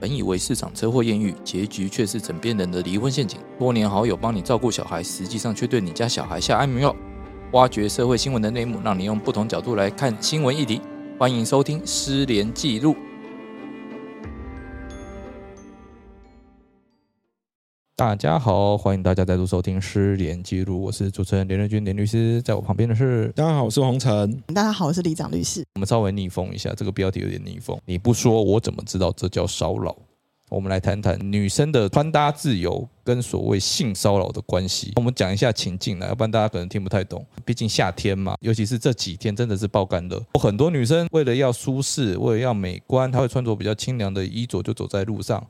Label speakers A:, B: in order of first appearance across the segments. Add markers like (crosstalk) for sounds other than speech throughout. A: 本以为市场车祸艳遇，结局却是枕边人的离婚陷阱。多年好友帮你照顾小孩，实际上却对你家小孩下安眠药。挖掘社会新闻的内幕，让你用不同角度来看新闻议题。欢迎收听《失联记录》。大家好，欢迎大家再度收听《失联记录》，我是主持人连瑞君，连律师，在我旁边的是
B: 大家好，我是洪晨。
C: 大家好，我是李长律师。
A: 我们稍微逆风一下，这个标题有点逆风。你不说，我怎么知道这叫骚扰？我们来谈谈女生的穿搭自由跟所谓性骚扰的关系。我们讲一下情境啦，要不然大家可能听不太懂。毕竟夏天嘛，尤其是这几天真的是爆干热，很多女生为了要舒适，为了要美观，她会穿着比较清凉的衣着就走在路上。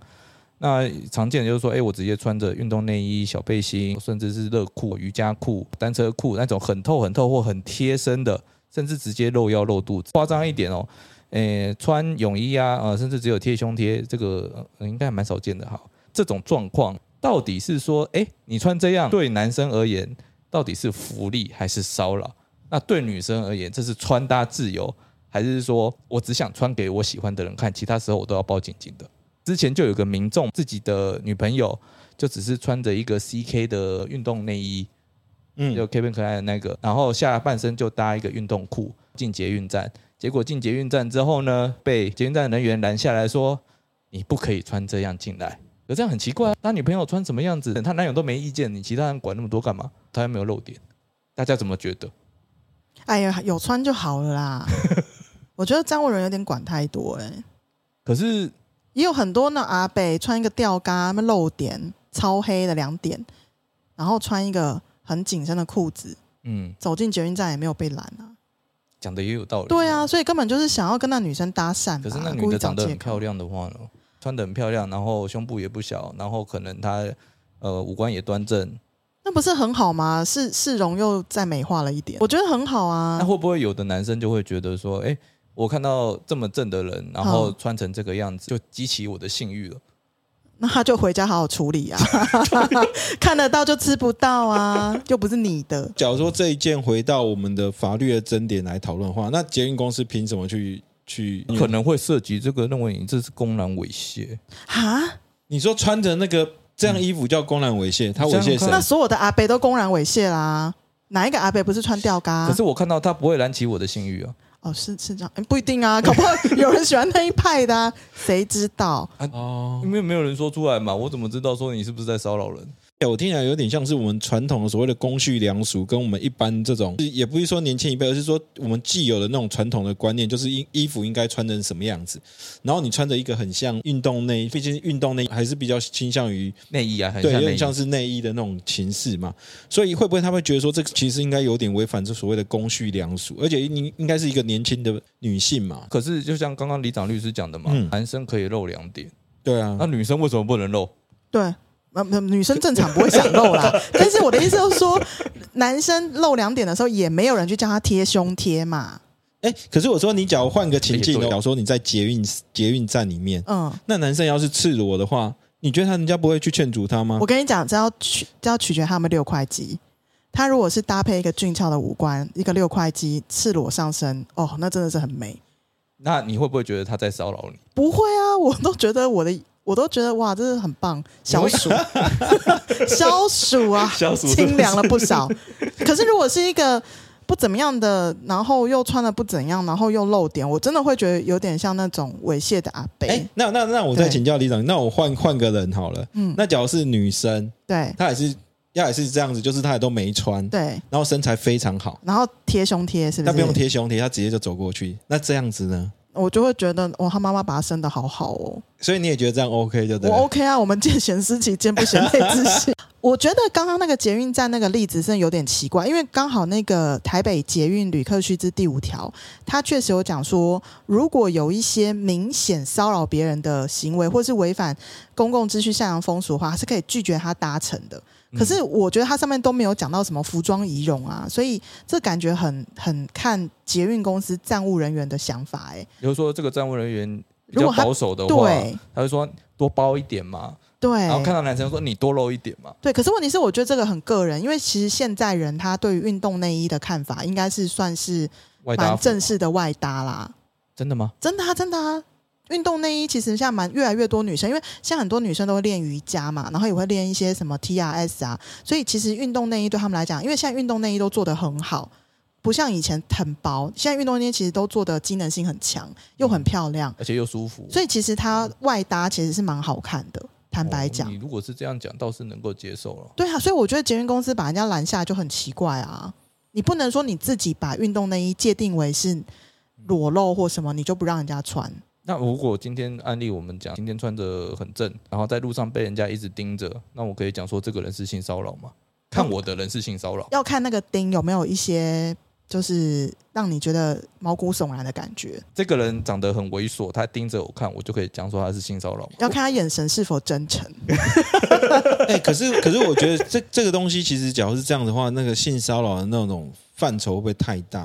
A: 那常见的就是说，哎、我直接穿着运动内衣、小背心，甚至是热裤、瑜伽裤、单车裤那种很透很透或很贴身的，甚至直接露腰露肚子。夸张一点哦，诶、穿泳衣啊，呃，甚至只有贴胸贴，这个、呃、应该还蛮少见的哈。这种状况到底是说，诶，你穿这样对男生而言到底是福利还是骚扰？那对女生而言，这是穿搭自由，还是说我只想穿给我喜欢的人看，其他时候我都要包紧紧的？之前就有个民众自己的女朋友就只是穿着一个 CK 的运动内衣，
B: 嗯，
A: 就 Kevin 可爱的那个，然后下半身就搭一个运动裤进捷运站。结果进捷运站之后呢，被捷运站人员拦下来说：“你不可以穿这样进来。”可这样很奇怪、啊，他女朋友穿什么样子，他男友都没意见，你其他人管那么多干嘛？他又没有露点，大家怎么觉得？
C: 哎呀，有穿就好
A: (laughs)
C: 了啦。我觉得张国荣有点管太多哎、
A: 可是
C: 也有很多那阿北穿一个吊嘎，那露点超黑的两点，然后穿一个很紧身的裤子，
A: 嗯，
C: 走进捷运站也没有被拦啊。
A: 讲的也有道理。
C: 对啊，所以根本就是想要跟那女生搭讪吧，
A: 可是那女
C: 故
A: 的
C: 意找
A: 长得
C: 借
A: 很
C: 口
A: 漂。亮的话呢，穿得很漂亮，然后胸部也不小，然后可能她呃五官也端正，
C: 那不是很好吗？是市容又再美化了一点，我觉得很好啊
A: (laughs) 那。会不会有的男生就会觉得说，哎、我看到这么正的人，然后
C: 嗯
A: 穿成这个样子，就激起我的性欲了？
C: 那他就回家好好处
A: (laughs)
C: 理啊，看得到就吃不到啊，又不是你的。
B: 假如说这一件回到我们的法律的争点来讨论的话，那捷运公司凭什么去去？
C: 嗯
A: 可能会涉及这个，认为你这是公然猥亵。
C: 哈，
B: 你说穿着那个这样衣服叫公然猥亵，他猥亵
A: 这样
C: 那
B: 谁？
C: 所有的阿北都公然猥亵啦，哪一个阿北不是穿吊嘎、
A: 可是我看到他不会燃起我的性欲啊！
C: 哦，是是这样、诶不一定啊， (laughs) 搞不好有人喜欢那一派的、啊，谁知道？
B: 哦，
A: 因为没有人说出来嘛，我怎么知道说你是不是在骚扰人？
B: 我听起来有点像是我们传统的所谓的公序良俗，跟我们一般这种，是也不是说年轻一辈，而是说我们既有的那种传统的观念，就是衣衣服应该穿成什么样子。然后你穿着一个很像运动内衣，毕竟运动内衣还是比较倾向于
A: 内衣啊，很
B: 对，有
A: 像内
B: 点
A: 衣。
B: 像是内衣的那种情势嘛，所以会不会他们觉得说，这个其实应该有点违反这所谓的公序良俗，而且应应该是一个年轻的女性嘛？
A: 可是就像刚刚李长律师讲的嘛，
B: 嗯
A: 男生可以露两点，
B: 对啊
A: 那，女生为什么不能露？
C: 对。呃，不女生正常不会想
A: (laughs)
C: 露啦，但是我的意思就是说，男生露两点的时候，也没有人去叫他贴胸贴嘛。
B: 哎、可是我说你假如换个情境
A: 也
B: 哦，
A: 对
B: 假如说你在捷运捷运站里面，
C: 嗯，
B: 那男生要是赤裸的话，你觉得他人家不会去劝阻他吗
C: 我？跟你讲，这要取这要取决他们六块肌。他如果是搭配一个俊俏的五官，一个六块肌，赤裸上身，哦，那真的是很美。
A: 那你会不会觉得他在骚扰你？
C: 不会啊， (laughs) 我都觉得我的，我都觉得哇，真的很棒，消暑，
B: (laughs)
C: 消暑啊，
A: 消暑
C: 清凉了不少。可是如果是一个不怎么样的，然后又穿的不怎样，然后又露点，我真的会觉得有点像那种猥亵的阿北。
B: 哎、那那那我再
C: 对
B: 请教李长，那我换换个人好了，
C: 嗯，
B: 那假如是女生，
C: 对
B: 她也是要也是这样子，就是她也都没穿，
C: 对，
B: 然后身材非常好，
C: 然后贴胸贴是不
B: 她
C: 是？
B: 不用，贴胸贴，她直接就走过去，那这样子呢？
C: 我就会觉得哦，他妈妈把他生的好好哦。
B: 所以你也觉得这样 OK 就对
C: 我
B: 了。
C: OK 啊，我们见贤思齐，见不贤内自省。
A: (laughs)
C: 我觉得刚刚那个捷运站那个例子是有点奇怪，因为刚好那个台北捷运旅客须知第五条，它确实有讲说，如果有一些明显骚扰别人的行为，或是违反公共秩序、善良风俗的话，它是可以拒绝他搭乘的。
A: 嗯
C: 可是我觉得它上面都没有讲到什么服装仪容啊，所以这感觉很很看捷运公司站务人员的想法、欸。
A: 比如说这个站务人员比
C: 如
A: 较
C: 果他
A: 保守的话，
C: 对
A: 他会说多包一点嘛，
C: 对，
A: 然后看到男生说你多露一点嘛，
C: 对，可是问题是，我觉得这个很个人，因为其实现在人他对于运动内衣的看法，应该是算是
A: 外搭
C: 蛮
A: 服
C: 正式的外搭啦。
A: 真的吗？
C: 真的啊，真的啊，运动内衣其实现在蛮越来越多女生，因为现在很多女生都会练瑜伽嘛，然后也会练一些什么 TRS 啊，所以其实运动内衣对他们来讲，因为现在运动内衣都做得很好，不像以前很薄，现在运动内衣其实都做的机能性很强，又
A: 嗯
C: 很漂亮，
A: 而且又舒服。
C: 所以其实它外搭其实是蛮好看的。坦白讲
A: 哦，你如果是这样讲，倒是能够接受了。
C: 对啊，所以我觉得捷运公司把人家拦下来就很奇怪啊。你不能说你自己把运动内衣界定为是裸露或什么，你就不让人家穿。
A: 那如果今天案例我们讲，今天穿着很正，然后在路上被人家一直盯着，那我可以讲说这个人是性骚扰吗？看我的人是性骚扰，
C: 要看那个钉有没有一些就是让你觉得毛骨悚然的感觉，
A: 这个人长得很猥琐，他盯着我看，我就可以讲说他是性骚扰吗？
C: 要看他眼神是否真诚。
B: 哎、可是 (laughs) 可是我觉得这这个东西其实，假如是这样的话，那个性骚扰的那种范畴会不会太大？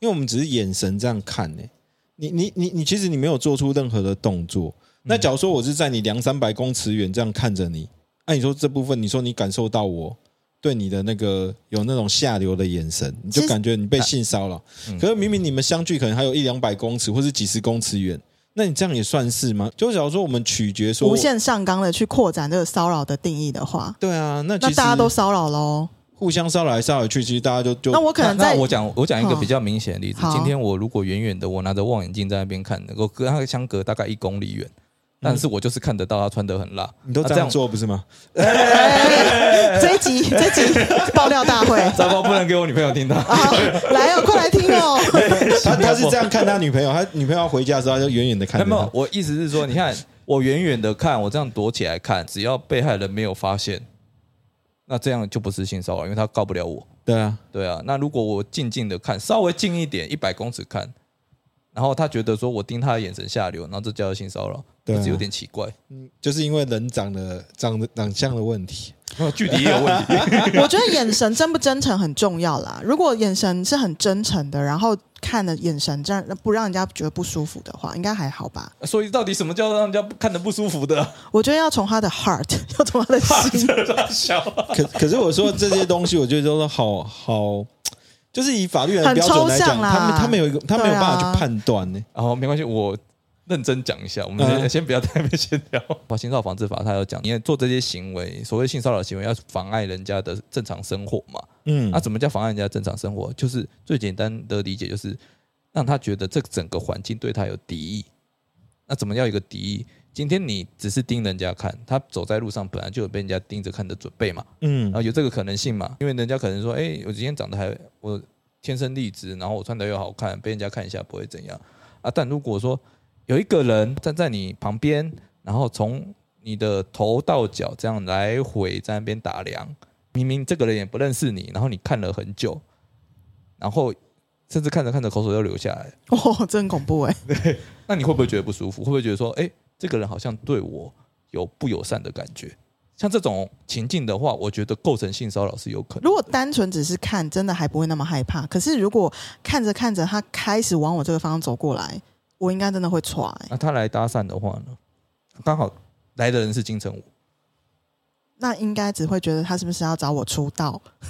B: 因为我们只是眼神这样看呢、你你你你，其实你没有做出任何的动作。那假如说我是在你两三百公尺远这样看着你，那、你说这部分，你说你感受到我对你的那个有那种下流的眼神，你就
C: 其实
B: 感觉你被性骚扰。
A: 嗯
B: 可是明明你们相距可能还有一两百公尺，或是几十公尺远，那你这样也算是吗？就假如说我们取决说
C: 无，限上纲的去扩展这个骚扰的定义的话，
B: 对啊，那其
C: 那
B: 实
C: 大家都骚扰喽。
B: 互相骚扰来骚扰去，其实大家就就
C: 那我可能
A: 那
C: 在
A: 那我讲我讲一个
C: 好
A: 比较明显的例子，
C: 好
A: 今天我如果远远的，我拿着望远镜在那边看，能够跟他相隔大概一公里远，但是我就是看得到他穿得很辣。
B: 嗯你都
A: 那
B: 这样，做不是吗？
C: 哎 (laughs) 这一集这一集爆料大会
A: 糟糕，不能给我女朋友听 (laughs) 到。
C: 啊，来哦，快来听哦。
B: 他他是这样看他女朋友，他女朋友要回家的时候，他就远远的看
A: 那
B: 着
A: 么
B: 他。
A: 我意思是说，你看我远远的看，我这样躲起来看，只要被害人没有发现，那这样就不是性骚扰，因为他告不了我。
B: 对啊，
A: 对啊，那如果我静静的看，稍微近一点，一百公尺看，然后他觉得说我盯他的眼神下流，然后这叫做性骚扰，
B: 对啊
A: 这有点奇怪，
B: 就是因为人长得长得长相的问题。
A: (laughs) 没有距离也有问题。
C: 我觉得眼神真不真诚很重要啦。如果眼神是很真诚的，然后看的眼神这样不让人家觉得不舒服的话，应该还好吧？
A: (laughs) 所以到底什么叫让人家看得不舒服的？ (laughs)
C: 我觉得要从他的 heart，要 (laughs) 从他的心。
A: 小
B: 可可是我说这些东西，我觉得都是好好，就是以法律的
C: 很
B: 标准
C: 抽
B: 来讲，
C: 象啦
B: 他们他们有一个他没有
C: 对啊
B: 办法去判断呢。
A: 然后没关系，我认真讲一下，我们先,、
B: 嗯
A: 先不要在那边闲
B: (laughs)
A: 聊。《性骚扰防治法》它有讲，你做这些行为，所谓性骚扰行为，要妨碍人家的正常生活嘛？
B: 嗯
A: 那、，怎么叫妨碍人家正常生活？就是最简单的理解，就是让他觉得这整个环境对他有敌意。那怎么叫一个敌意？今天你只是盯人家看，他走在路上本来就有被人家盯着看的准备嘛。
B: 嗯
A: 然，后有这个可能性嘛？因为人家可能说，哎、我今天长得还我天生丽质，然后我穿的又好看，被人家看一下不会怎样啊。但如果说有一个人站在你旁边，然后从你的头到脚这样来回在那边打量，明明这个人也不认识你，然后你看了很久，然后甚至看着看着口水都流下来，
C: (laughs) 哇，真恐怖哎、
A: 那你会不会觉得不舒服？会不会觉得说，哎、这个人好像对我有不友善的感觉？像这种情境的话，我觉得构成性骚扰是有可能的。
C: 如果单纯只是看，真的还不会那么害怕。可是如果看着看着，他开始往我这个方向走过来，我应该真的会欸踹、
A: 那他来搭讪的话呢，刚好来的人是金
C: (laughs)
A: 城武，
C: 那应该只会觉得他是不是要找我出道？ (laughs)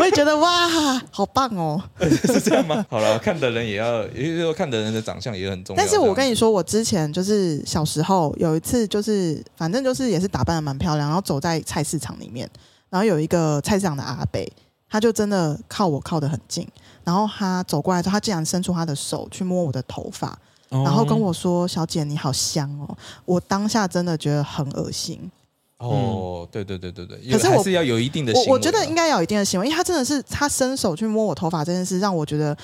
C: 我也觉得哇，好棒哦！
A: 是这样吗？好了，看的人也要，也就是说看的人的长相也很重要。
C: 但是我跟
A: 你
C: 你说，我之前就是小时候有一次，就是反正就是也是打扮的蛮漂亮，然后走在菜市场里面，然后有一个菜市场的阿伯，他就真的靠我靠得很近，然后他走过来之后，他竟然伸出他的手去摸我的头发，然后
B: 哦
A: 哦
C: 跟我说：“小姐，你好香哦！”我当下真的觉得很恶心，
A: 哦，对对对对对，
C: 嗯可是我
A: 还是要有一定的行为啊、
C: 我我觉得应该要有一定的行为，因为他真的是他伸手去摸我头发这件事，让我觉得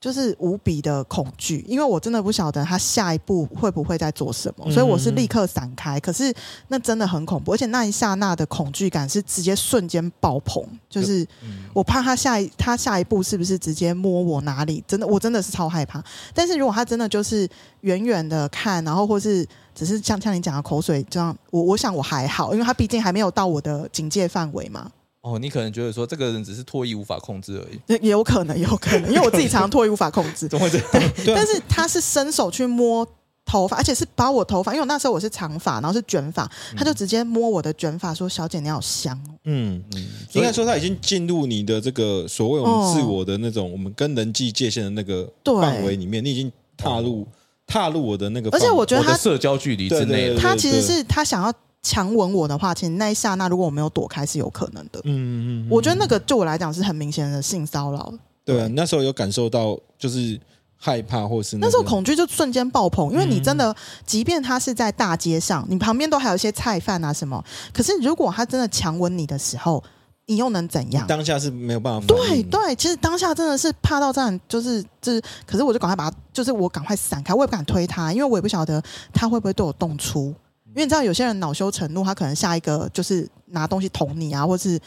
C: 就是无比的恐惧，因为我真的不晓得他下一步会不会在做什么，所以我是立刻闪开。可是那真的很恐怖，而且那一刹那的恐惧感是直接瞬间爆棚，就是
A: 嗯
C: 我怕他下一他下一步是不是直接摸我哪里？真的，我真的是超害怕。但是如果他真的就是远远的看，然后或是只是像像你讲的口水这样，我我想我还好，因为他毕竟还没有到我的警戒范围嘛。
A: 哦，你可能觉得说这个人只是唾液无法控制
C: (laughs)
A: 而已，
C: 也也有可能，也有可能，因为我自己常常唾液无法控制。
A: 怎么会这样？
B: 对啊
C: 但是他是伸手去摸头发，而且是把我头发，因为我那时候我是长发，然后是卷发，他就直接摸我的卷发，说：“小姐，你好香哦。
B: 嗯。
A: 嗯，
B: 应
A: 所以
B: 该说，他已经进入你的这个所谓我们自我的那种，我们跟人际界限的那个
C: 对嗯
B: 范围里面，你已经踏入、踏入我的那个
C: 而
B: 范围，
C: 且我觉得
A: 我的
C: 他
A: 社交距离之内
B: 对对
A: 了。
C: 他其实是他想要强吻我的话，其实那一刹那如果我没有躲开是有可能的。
B: 嗯嗯嗯，
C: 我觉得那个对我来讲是很明显的性骚扰，
B: 对啊，那时候有感受到就是害怕或是、那
C: 那时候
B: 个
C: 恐惧就瞬间爆棚，因为你真
B: 嗯
C: 的，即便他是在大街上，你旁边都还有一些菜贩啊什么，可是如果他真的强吻你的时候，你又能怎样？
B: 当下是没有办法反
C: 对
B: 应的，
C: 对，其实当下真的是怕到这样，就是就是，可是我就赶快把他，就是我赶快闪开，我也不敢推他，因为我也不晓得他会不会对我动粗。因为你知道有些人恼羞成怒，他可能下一个就是拿东西捅你啊，或是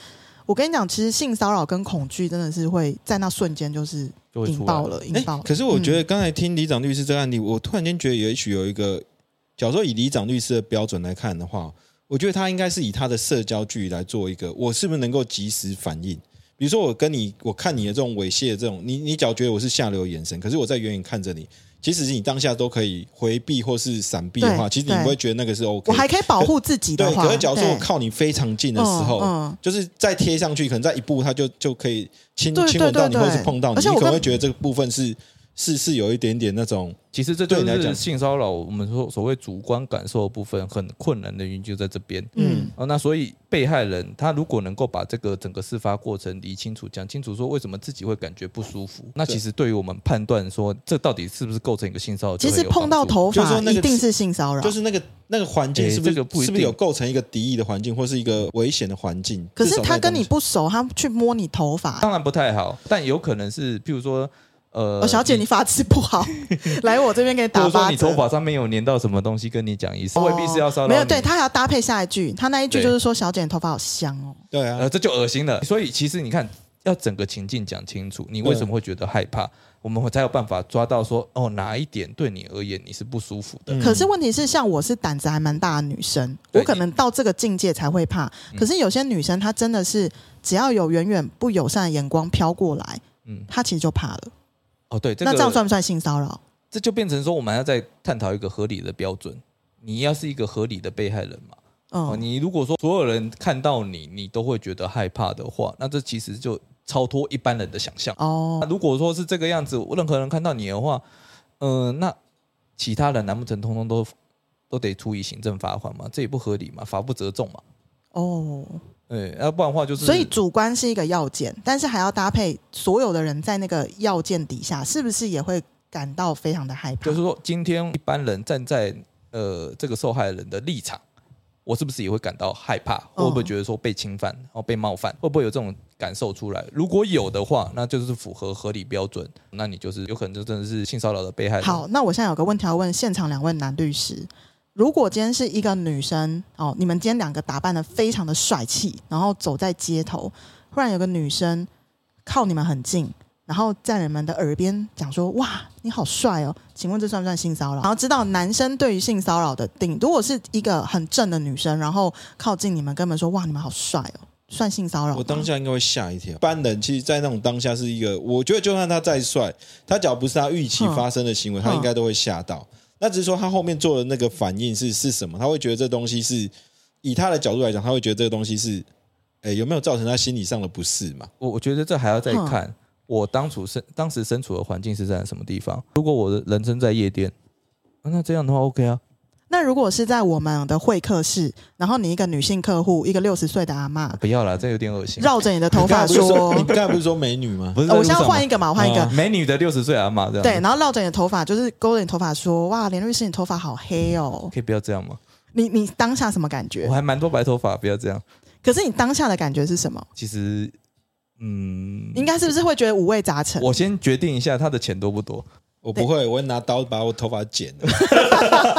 C: 我跟你讲，其实性骚扰跟恐惧真的是会在那瞬间就是
A: 就会出来
C: 引爆了，引
B: 哎
C: 爆了。嗯
B: 可是我觉得刚才听里长律师这个案例，我突然间觉得，也许有一个，假如说以里长律师的标准来看的话，我觉得他应该是以他的社交距离来做一个，我是不是能够及时反应？比如说，我跟你，我看你的这种猥亵的这种，你你假如觉得我是下流眼神，可是我在远远看着你，其实你当下都可以回避或是闪避的
C: 对
B: 话，其实你不会觉得那个是 OK
C: 我
B: 的。
C: 还可以保护自己的
B: 对，
C: 话，
B: 可是假如说我
C: 对
B: 靠你非常近的时候，
C: 嗯嗯
B: 就是再贴上去，可能在一步他就就可以亲
C: 对
B: 亲吻到你，
C: 对对
B: 或是碰到你，
C: 而且
B: 你
C: 我
B: 可能
C: 跟
B: 会觉得这个部分是是是有一点点那种，
A: 其实这就
B: 对你来
A: 是
B: 讲
A: 性骚扰，我们说所谓主观感受的部分很困难的原因就在这边。
C: 嗯，
A: 哦，那所以被害人他如果能够把这个整个事发过程理清楚，讲清楚说为什么自己会感觉不舒服，那
B: 对
A: 其实对于我们判断说这到底是不是构成一个性骚扰，
C: 其
A: 就会
C: 实
A: 有
C: 碰到
A: 帮助
C: 头
B: 就是
C: 发
B: 说那个
C: 一定是性骚扰，
B: 就是那个那个环境
A: 诶
B: 是不是、
A: 这个不一定
B: 是不是有构成一个敌意的环境，或是一个危险的环境？
C: 可
B: 至
C: 是
B: 少
C: 他
B: 那个
C: 跟
B: 东
C: 你
B: 西
C: 不熟，他去摸你头发，
A: 当然不太好，但有可能是譬如说，呃，
C: 哦，小姐，你发质
A: (laughs)
C: 不好，来我这边给你
A: 或
C: 打
A: 者说
C: 八
A: 你头
C: 折。哦
A: 发上面有粘到什么东西，跟你讲一声，未必是要骚扰
C: 没有，
A: 你
C: 对他还要搭配下一句，他那一句
A: 对
C: 就是说：“小姐，你头发好香哦。
B: 对啊，
A: 呃，这就恶心了。所以其实你看，要整个情境讲清楚，你
C: 嗯
A: 为什么会觉得害怕，我们才有办法抓到说，哦，哪一点对你而言你是不舒服的。
B: 嗯
C: 可是问题是，像我是胆子还蛮大的女生，我
A: 对嗯
C: 可能到这个境界才会怕。可是有些女生，她真的是只要有远远不友善的眼光飘过来，
A: 嗯，
C: 她其实就怕了。
A: 哦，对，这
C: 那这样
A: 个
C: 算不算性骚扰？
A: 这就变成说，我们还要再探讨一个合理的标准。你要是一个合理的被害人嘛，哦，
C: 嗯，
A: 你如果说所有人看到你，你都会觉得害怕的话，那这其实就超脱一般人的想象。那
C: 哦，
A: 如果说是这个样子，任何人看到你的话，嗯、那其他人难不成通通都都得处以行政罚款吗？这也不合理嘛，法不责众嘛。
C: 哦，
A: 对，要不然的话就是，
C: 所以主观是一个要件，但是还要搭配所有的人在那个要件底下，是不是也会感到非常的害怕？
A: 就是说，今天一般人站在呃这个受害人的立场，我是不是也会感到害怕？
C: 嗯
A: 会不会觉得说被侵犯，然后被冒犯，会不会有这种感受出来？如果有的话，那就是符合合理标准，那你就是有可能就真的是性骚扰的被害人。
C: 好，那我现在有个问题要问现场两位男律师：如果今天是一个女生哦，你们今天两个打扮的非常的帅气，然后走在街头，忽然有个女生靠你们很近，然后在你们的耳边讲说：“哇，你好帅哦！”请问这算不算性骚扰？然后知道男生对于性骚扰的定，如果是一个很正的女生，然后靠近你们，跟你们说：“哇，你们好帅哦！”算性骚扰吗？
B: 我当下应该会吓一跳。一般人其实，在那种当下是一个，我觉得就算他再帅，他只要不是他预期发生的行为，他应该都会吓到。那只是说他后面做的那个反应是是什么？他会觉得这东西是以他的角度来讲，他会觉得这个东西是，哎，有没有造成他心理上的不适嘛？
A: 我我觉得这还要
C: 嗯
A: 再看我当初身当时身处的环境是在什么地方。如果我的人生在夜店，啊那这样的话 OK 啊。
C: 那如果是在我们的会客室，然后你一个女性客户，一个六十岁的阿嬷，
A: 不要啦，这有点恶心。
C: 嗯绕着你的头
B: 你
C: 发
B: 刚才不是
C: 说
A: (laughs)
B: 你：“刚才不是说美女吗？
A: 不是
C: 呃
A: 在
C: 我
A: 路
C: 现
A: 上
C: 在
A: 吗，
C: 换一
A: (laughs)
C: 个嘛，我换一个。
B: 啊
A: 嗯美女的六十岁阿妈这样，
C: 对，，然后绕着你的头发，就是勾着你头发说：“哇，连律师，你头发好黑哦
A: 可以不要这样吗？！”
C: 你你当下什么感觉
A: 我？还蛮多白头发，不要这样。
C: 可是你当下的感觉是什么？
A: 其实，嗯，
C: 应该是不是会觉得五味杂陈？
A: 我先决定一下他的钱多不
C: (laughs)
A: 多。
B: 我不会，我会拿刀把我头发剪了。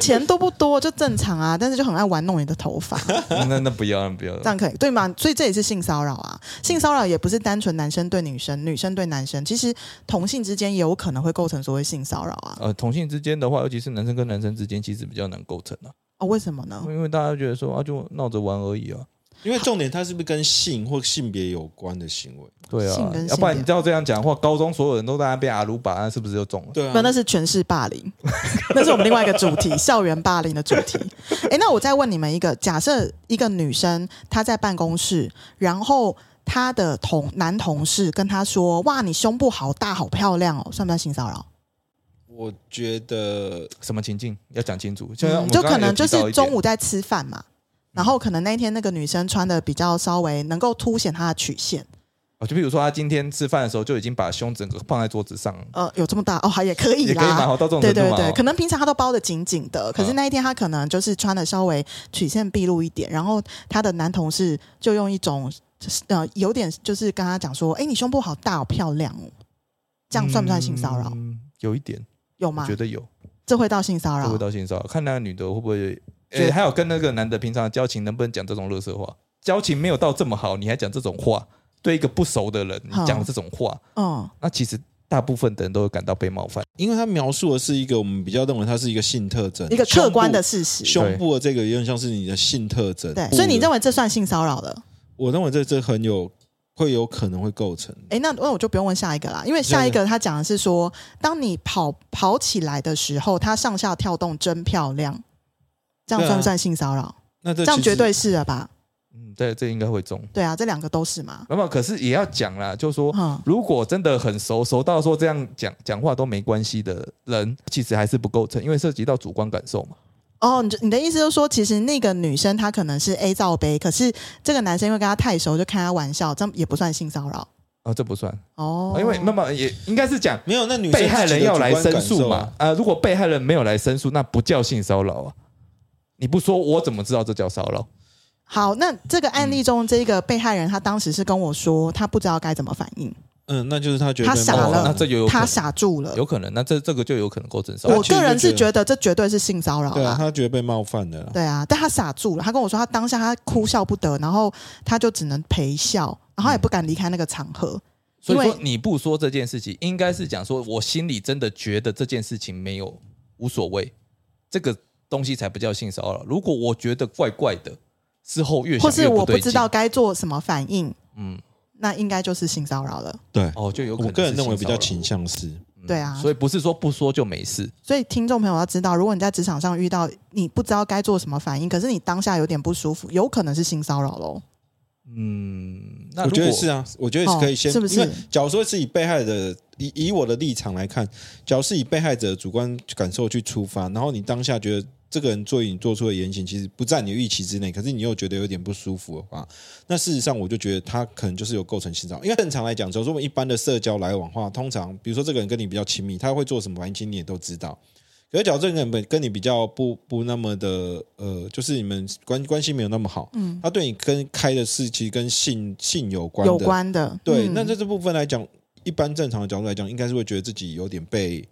C: 钱多不多就正常啊，但是就很爱玩弄你的头
A: (laughs)
C: 发，
A: 那那不要，那不要
C: 这。样可以对吗？所以这也是性骚扰啊！性骚扰也不是单纯男生对女生，女生对男生，其实同性之间也有可能会构成所谓性骚扰啊。
A: 呃，同性之间的话，尤其是男生跟男生之间，其实比较难构成啊，
C: 哦，为什么呢？
A: 因为大家觉得说啊，就闹着玩而已啊。
B: 因为重点，它是不是跟性或性别有关的行为？
A: 对
C: 性
A: 啊
C: 跟，
A: 要不然
C: 性别
A: 你照这样讲的话，高中所有人都在那边阿鲁巴，那是不是就中了？
B: 对啊
C: 没有，，那是全是霸
A: (laughs)
C: 凌，那是我们另外一个主题，校园霸凌的主题。诶，那我再问你们一个，假设一个女生她在办公室，然后她的同男同事跟她说：“哇，你胸部好大，好漂亮哦！”算不算性骚扰？
B: 我觉得
A: 什么情境要讲清楚，像我
C: 嗯
A: 们
C: 就
A: 刚
C: 可
A: 刚有
C: 能就
A: 提到
C: 是
A: 一
C: 中
A: 点嗯
C: 午在吃饭嘛，然后可能那一天那个女生穿的比较稍微能够凸显她的曲线，
A: 哦，就比如说他今天吃饭的时候就已经把胸整个放在桌子上，
C: 呃，有这么大哦，还也可以
A: 也可以蛮
C: 啦。
A: 好到这种
C: 对
A: 程度
C: 对
A: 嘛
C: 对，
A: 哦
C: 可能平常她都包的紧紧的，可是
A: 嗯
C: 那一天她可能就是穿的稍微曲线毕露一点，然后她的男同事就用一种呃有点就是跟她讲说，哎，你胸部好大，好漂亮哦，这样算不算性骚扰？
A: 嗯有一点，
C: 有
A: 我
C: 吗
A: 觉？得有，
C: 这会到性骚
A: 会不
C: 扰
A: 会？到性骚扰？看那个女的会不会，
C: 觉
A: 诶，
C: 得
A: 还有跟那个男的平常的交情能不能讲这种垃圾话？交情没有到这么好，你还讲这种话，对一个不熟的人你
C: 好
A: 讲这种话，
C: 嗯，
A: 那其实大部分的人都会感到被冒犯。
B: 因为它描述的是一个我们比较认为它是一个性特征，
C: 一个客观的事实。
B: 胸部胸部的这个有点像是你的性特征，
C: 对，所以你认
B: 为
C: 为这算性骚扰了？
B: 我认为这这很有会有可能会构成，
C: 哎，那那我就不用问下一个啦，因为下一个他讲的是说，当你跑跑起来的时候，它上下跳动真漂亮，这样
B: 对啊
C: 算不算性骚扰？
B: 那这
C: 这样
B: 其实
C: 绝对是了吧？
A: 嗯，这这应该会中。
C: 对啊，这两个都是嘛。
A: 那么可是也要讲啦，就说
C: 嗯，
A: 如果真的很熟，熟到说这样讲讲话都没关系的人，其实还是不构成，因为涉及到主观感受嘛。
C: 哦，你就你的意思就是说，其实那个女生她可能是 A 罩杯，可是这个男生因为跟她太熟，就开她玩笑，这样也不算性骚扰
A: 啊、这不算，啊
C: 哦。
A: 因为那么也应该是讲
B: 没有，那女生
A: 被害人要来申
B: 自己的
A: 诉
B: 主观感
A: 嘛。啊、如果被害人没有来申诉，那不叫性骚扰啊。你不说，我怎么知道这叫骚扰？
C: 好，那这个案例中，这个被害人她当时是跟我说，她不知道该怎么反应，
B: 受，嗯，那就是他觉得
C: 他傻了
A: 哦那这就有可
C: 她
A: 能，
C: 傻住了。
A: 有可能，那这这个就有可能构成骚扰
C: 我。
B: 其实
C: 个人
B: 就是觉
C: 觉
B: 得
C: 得这绝对是性骚扰
B: 对啊，
C: 啦。
B: 他觉得被冒犯的啦。
C: 对啊，但他傻住了。他跟我说，他当下他哭笑不得，然后他就只能陪笑，然后也不敢离开那个场合。
A: 所以
C: 因
A: 说
C: 为
A: 你不说这件事情，应该是讲说我心里真的觉得这件事情没有无所谓，这个东西才不叫性骚扰。如果我觉得怪怪的，事后越想
C: 或
A: 越
C: 是我
A: 对
C: 不
A: 劲
C: 知道，该做什么反应，
A: 嗯，
C: 那应该就是性骚扰了。
B: 对，
A: 哦，就有可能
B: 我
A: 是
B: 个人认为比
A: 性骚
B: 较
A: 扰
B: 倾向是，
A: 嗯
C: 对啊
A: 所以不是说不说就没事，
C: 所以听众朋友要知道，如果你在职场上遇到你不知道该做什么反应，可是你当下有点不舒服，有可能是性骚扰喽。
A: 嗯，那
B: 我觉
A: 如
B: 得
A: 果
B: 是啊，我觉得是可以
C: 哦
B: 先，
C: 是不是
B: 因为假如说是以被害的以以我的立场来看，假如是以被害者的主观感受去出发，然后你当下觉得。这个人对你做出的言行其实不在你的预期之内，可是你又觉得有点不舒服的话，那事实上我就觉得他可能就是有构成性骚扰。因为正常来讲，假如说我们一般的社交来往的话，通常比如说这个人跟你比较亲密，他会做什么反应，其实你也都知道。可是假如这个人本跟你比较不不那么的呃，就是你们关关系没有那么好，
C: 嗯，
B: 他对你跟开的事其实跟性性有关的，
C: 有关的。
B: 对。
C: 嗯
B: 那在这部分来讲，一般正常的角度来讲，应该是会觉得自己有点被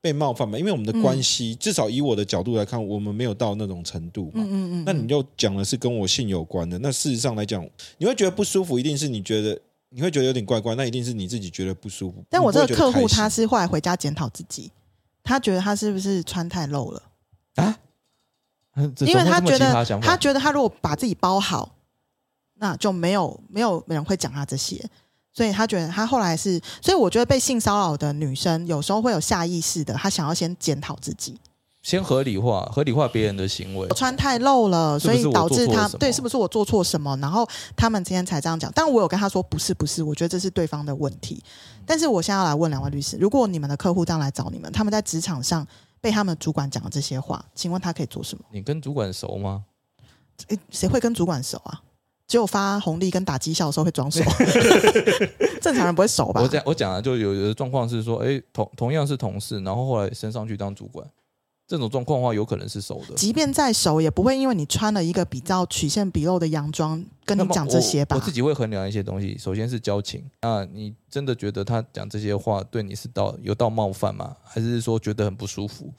B: 被冒犯吧，因为我们
C: 嗯
B: 的关系，至少以我的角度来看，我们没有到那种程度嘛。
C: 嗯嗯嗯，
B: 那你又讲的是跟我性有关的，那事实上来讲，你会觉得不舒服，一定是你觉得你会觉得有点怪怪，那一定是你自己觉得不舒服。
C: 但我
B: 你不
C: 这
B: 会
C: 个
B: 觉
C: 客
B: 得
C: 户
B: 开心
C: 他是后来回家检讨自己，他觉得他是不是穿太露了，
A: 啊，嗯这
C: 因为
A: 怎么
C: 他
A: 会这么
C: 觉
A: 奇葩
C: 得
A: 的想法
C: 他觉得他如果把自己包好，那就没有没有人会讲他这些，所以他觉得他后来是，所以我觉得被性骚扰的女生有时候会有下意识的，她想要先检讨自己，
A: 先合理化，合理化别人的行为
C: 我，穿太露了，
A: 是
C: 所
A: 不是
C: 以导致
A: 我做错
C: 他
A: 了什么
C: 对是不是我做错什么？然后他们今天才这样讲，但我有跟他说不是不是，我觉得这是对方的问题。
A: 嗯
C: 但是我现在要来问两位律师，如果你们的客户这样来找你们，他们在职场上被他们主管讲的这些话，请问他可以做什么？
A: 你跟主管熟吗？
C: 诶谁会跟主管熟啊？只有发红利跟打绩效的时候
A: (laughs)
C: 会装熟，正常人不会熟吧
A: 我？讲我讲啊，就有有的状况是说，哎，同同样是同事，然后后来升上去当主管，这种状况的话，有可能是熟的。
C: 即便再熟，也不会因为你穿了一个比较曲线笔露的洋装跟
A: 那
C: 你
A: 么
C: 讲这些吧
A: 我？我自己会衡量一些东西，首先是交情啊，你真的觉得他讲这些话对你是到有到冒犯吗？还是说觉得很不舒服？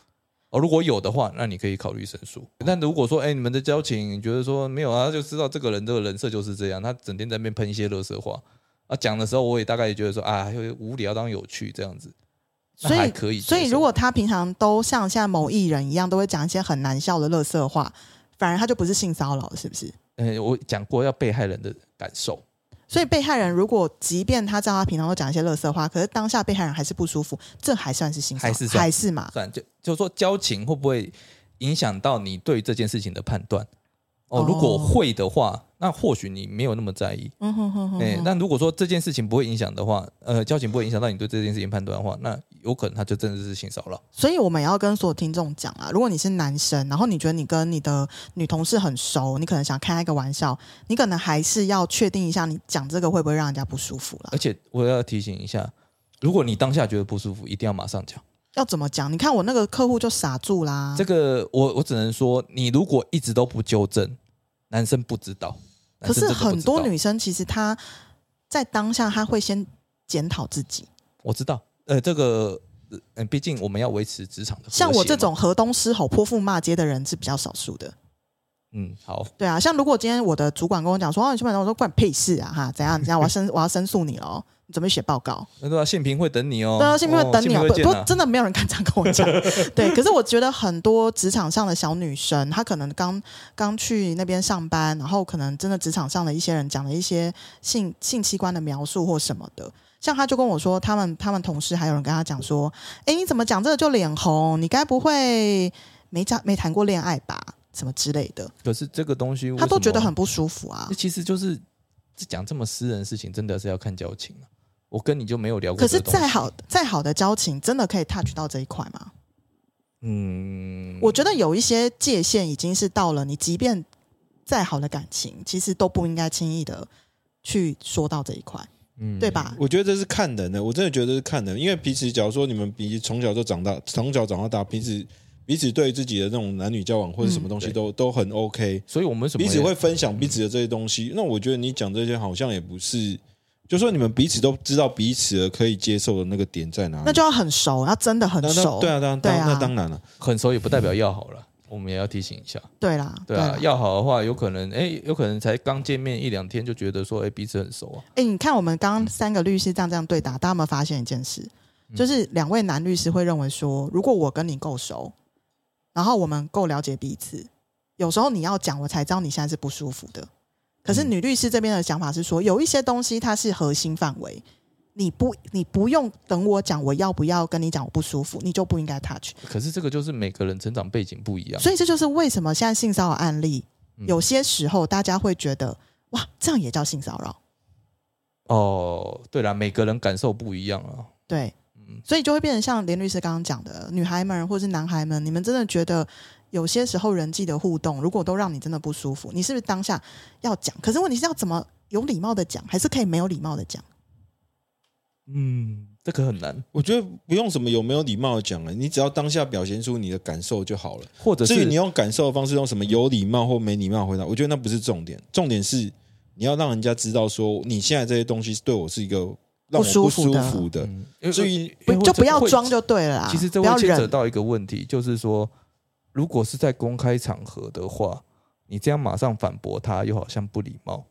A: 哦，如果有的话，那你可以考虑申诉。但如果说，哎、你们的交情，你觉得说没有啊，他就知道这个人这个人设就是这样，他整天在那边喷一些垃圾话啊，讲的时候我也大概也觉得说啊，有点无聊当有趣这样子，那
C: 所以
A: 还可以接受。
C: 所以，如果他平常都像现在某艺人一样，都会讲一些很难笑的乐色话，反而他就不是性骚扰了，是不是？
A: 嗯、我讲过要被害人的感受，
C: 所以，被害人如果即便他知道他平常都讲一些乐色话，可是当下被害人还是不舒服，这还算是性骚扰，
A: 还是算
C: 还是嘛？
A: 算就就说交情会不会影响到你对这件事情的判断？哦，如果
C: 哦
A: 会的话，那或许你没有那么在意。
C: 嗯哼哼哼
A: 哎、
C: 哼，
A: 那如果说这件事情不会影响的话，呃，交情不会影响到你对这件事情判断的话，那有可能他就真的是性骚扰。
C: 所以我们也要跟所有听众讲啊，如果你是男生，然后你觉得你跟你的女同事很熟，你可能想开她一个玩笑，你可能还是要确定一下，你讲这个会不会让人家不舒服了
A: 而？且我要提醒一下，如果你当下觉得不舒服，一定要马上讲。
C: 要怎么讲？你看我那个客户就傻住啦
A: 这。个我我只能说，你如果一直都不纠正，男生不知道。
C: 可是
A: 男生真的不
C: 很
A: 知道
C: 多女生其实她在当下她会先检讨自己，
A: 我知道，呃，这个，嗯、毕竟我们要维持职场的和谐
C: 像我这
A: 嘛，
C: 种河东狮吼、泼妇骂街的人是比较少数的。
A: 嗯，好，
C: 对啊，像如果今天我的主管跟我讲说，哦，你去买东西，我说管你屁事啊哈，怎样怎样，我要申我要申诉你了哦，你准备写报告。
A: 那对啊，性平会等你哦，
C: 对啊，信不会等你啊，
A: 哦、信平
C: 不不
A: 会见
C: 过
A: 啊
C: 真的没有人敢这样跟
A: (laughs)
C: 我讲。对，可是我觉得很多职场上的小女生，她可能刚刚去那边上班，然后可能真的职场上的一些人讲了一些性性器官的描述或什么的。像她就跟我说，他们他们同事还有人跟她讲说：“哎，你怎么讲这个就脸红？你该不会没谈没谈过恋爱吧？什么之类的
A: 可是这个东西，？”
C: 她都觉得很，不舒服啊
A: 这。其实就是讲这么私人的事情，真的是要看交情啊。我跟你就没有聊过
C: 可
A: 这
C: 是
A: 个东西，
C: 再好再好的交情，真的可以 touch 到这一块吗？
A: 嗯，
C: 我觉得有一些界限已经是到了，你即便再好的感情，其实都不应该轻易的去说到这一块，
A: 嗯
C: 对？吧？
B: 我觉得这是看人的，我真的觉得这是看人，因为彼此假如说你们彼此从小就长大，从小长到大，彼此彼此对自己的那种男女交往或者什么东
A: 嗯
B: 西
A: 对
B: 都、都很 OK，
A: 所以我们为什么
B: 彼此会分享彼此的这些东
C: 嗯
B: 西。那我觉得你讲这些好像也不是，就说你们彼此都知道彼此的可以接受的那个点在哪里，
C: 那就要很熟，要真的很
B: 那那
C: 熟，
B: 对啊，当然
C: 对
B: 当
C: 啊
B: 那当然了，
A: 很熟，也不代表要好了，我们也要提醒一下。
C: 对啦，
A: 对
C: 啦
A: 啊，。要好的话，有可能哎，有可能才刚见面一两天就觉得说，哎，彼此很熟啊。
C: 哎、你看我们刚刚三个律师这样这样对打，大家有没有发现一件事？就是两位男律师会认为说，如果我跟你够熟，然后我们够了解彼此，有时候你要讲，我才知道你现在是不舒服的。可是女律师这边的想法是说，有一些东西它是核心范围，你不你不用等我讲我要不要跟你讲我不舒服，你就不应该 touch。
A: 可是这个就是每个人成长背景不一样，
C: 所以这就是为什么现在性骚扰案例有些时候大家会觉得，哇，这样也叫性骚扰。
A: 哦，对啦，每个人感受不一样啊。
C: 对，
B: 嗯
C: 所以就会变成像连律师刚刚讲的，女孩们或是男孩们，你们真的觉得有些时候人际的互动，如果都让你真的不舒服，你是不是当下要讲？可是问题是要怎么有礼貌的讲，还是可以没有礼貌的讲？
A: 嗯，这个很难，
B: 我觉得不用什么有没有礼貌地讲了，啊你只要当下表现出你的感受就好了。
A: 或者
B: 至于
A: 是
B: 你用感受的方式，用什么有礼貌或没礼貌回答，我觉得那不是重点，重点是你要让人家知道说你现在这些东西对我是一个让
C: 不
B: 我
C: 舒
B: 不
C: 服
B: 舒
C: 的
B: 服的。
A: 嗯因为
B: 至于
A: 因为
C: 就不要
A: 会
C: 装就对了啦。
A: 其实这
C: 啊不要
A: 会牵扯
C: 忍，
A: 到一个问题，就是说，如果是在公开场合的话，你这样马上反驳他，又好像不礼貌。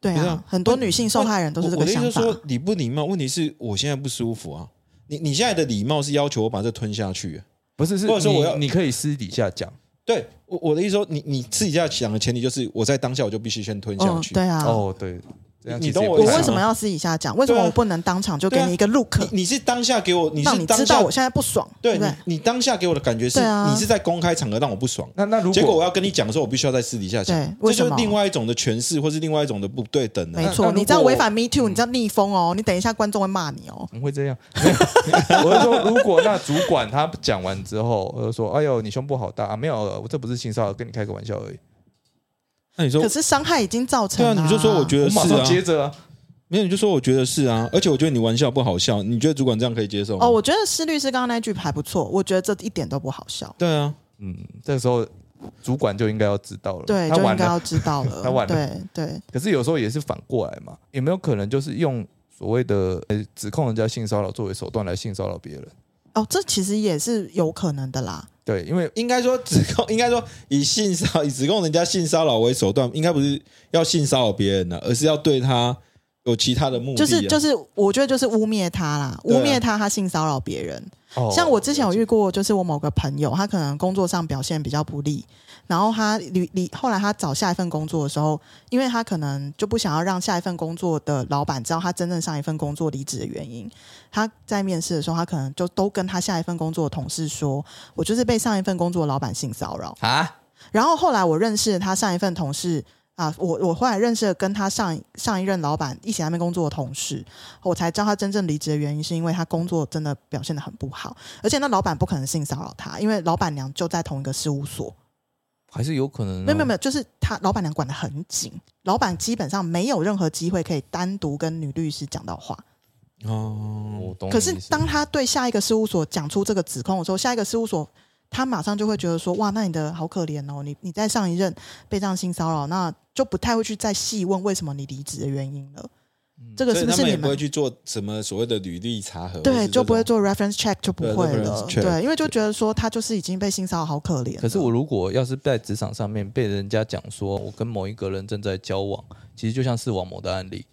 C: 对
B: 不是
C: 啊
B: 啊，
C: 很多女性受害人都是这个
B: 我我的意思
C: 想
B: 是
C: 法。
B: 说，礼不礼貌，问题是我现在不舒服啊。你你现在的礼貌是要求我把这吞下去、
A: 不是，是
B: 或者说我要
A: 你你可以私底下讲、
B: 对我我的意思说，你你自己要想的前提就是我在当下我就必须先吞下
C: 嗯，
B: 去。
C: 对啊，
A: 哦，对，这样
B: 你
A: 其实
B: 懂
A: 也
B: 我
A: 不
C: 我
B: 意
A: 太
C: 为
B: 思吗
A: 好
C: 什么要私底下讲？为什么
B: 对啊
C: 我不能当场就给
B: 对啊
C: 你一个 look，、
B: 你你是当下给我，你
C: 让
B: 是
C: 你
B: 当
C: 知
B: 下
C: 道我现在不爽，
B: 对
C: 不对
B: 你？你当下给我的感觉是，
C: 对啊
B: 你是在公开场合让我不爽。
A: 那那如果
B: 结果我要跟你讲的时候，我必须要在私底下讲
C: 对，为
B: 这
C: 什
B: 就
C: 么
B: 是另外一种的诠释，或是另外一种的不对等
C: 没
B: 啊。
A: 那
C: 错，
A: 如果
C: 你这样违反
A: 我
C: me
B: 嗯
C: too，你这样逆风哦，你等一下观众会骂你哦。
A: 怎嗯么会这样？ (laughs) 我是说，如果那主管他讲完之后，我就说：“哎呦，你胸部好大啊！”没有，我这不是性骚扰，跟你开个玩笑而已。
B: 那你说
C: 可是伤害已经造成
B: 对
C: 了、
B: 啊，你就说我觉
A: 我
B: 得
A: 马
B: 是
A: 上接
B: 啊，
A: 着啊，
B: 没有你就说我觉得是啊，而且我觉得你玩笑不好笑，你觉得主管这样可以接受吗？
C: 哦，我觉得施律师刚刚那句还不错，我觉得这一点都不好
B: (laughs)
C: 笑。
B: 对啊，
A: 嗯，这个时候主管就应该要知道了，
C: 对，
A: 他
C: 就应
A: 晚
C: 该
A: 了。
C: 要知道
B: (laughs)
C: 了。
A: 他晚了
C: 对对，
A: 可是有时候也是反过来嘛，有没有可能就是用所谓的呃指控人家性骚扰作为手段来性骚扰别人？
C: 哦，这其实也是有可能的啦。
A: 对，因为
B: 应该说指控， (laughs) 应该说以性骚以指控人家性骚扰为手段，应该不是要性骚扰别人的、啊而是要对他有其他的目的、
C: 就
B: 啊。
C: 是就是，我觉得就是污蔑他啦，污
B: 对啊
C: 蔑他，他性骚扰别人。
A: 哦
C: 像我之前有遇过，就是我某个朋友，他可能工作上表现比较不利，然后他离离后来他找下一份工作的时候，因为他可能就不想要让下一份工作的老板知道他真正上一份工作离职的原因，他在面试的时候，他可能就都跟他下一份工作的同事说，我就是被上一份工作的老板性骚扰。
A: 啊，
C: 然后后来我认识他上一份同事啊，我我后来认识了跟他上一上一任老板一起在那边工作的同事，我才知道他真正离职的原因是因为他工作真的表现的很不好，而且那老板不可能性骚扰他，因为老板娘就在同一个事务所，
A: 还是有可能、哦。
C: 没有没有没有，就是他老板娘管的很紧，老板基本上没有任何机会可以单独跟女律师讲到话。
B: 哦，
A: 我懂你
C: 可
A: 的意
C: 是
A: 思。
C: 当他对下一个事务所讲出这个指控的时候，下一个事务所他马上就会觉得说：“哇，那你的好可怜哦，你你在上一任被这样性骚扰，那就不太会去再细问为什么你离职的原因了。这个
B: 嗯所
C: 是
B: 以
C: 不
B: 他
C: 是
B: 们
C: 你
B: 也不会
C: 们？
B: 去做什么所谓的履历查核，或
C: 对，
B: 是这
C: 就不会
B: 种。
C: 做 reference check，就不
B: 对
C: 会
B: reference
C: 了。
B: check
C: 对，因为就觉得说他就是已经被性骚扰，好可怜了。
A: 可是我如果要是在职场上面被人家讲说我跟某一个人正在交往，其实就像视网膜的案例，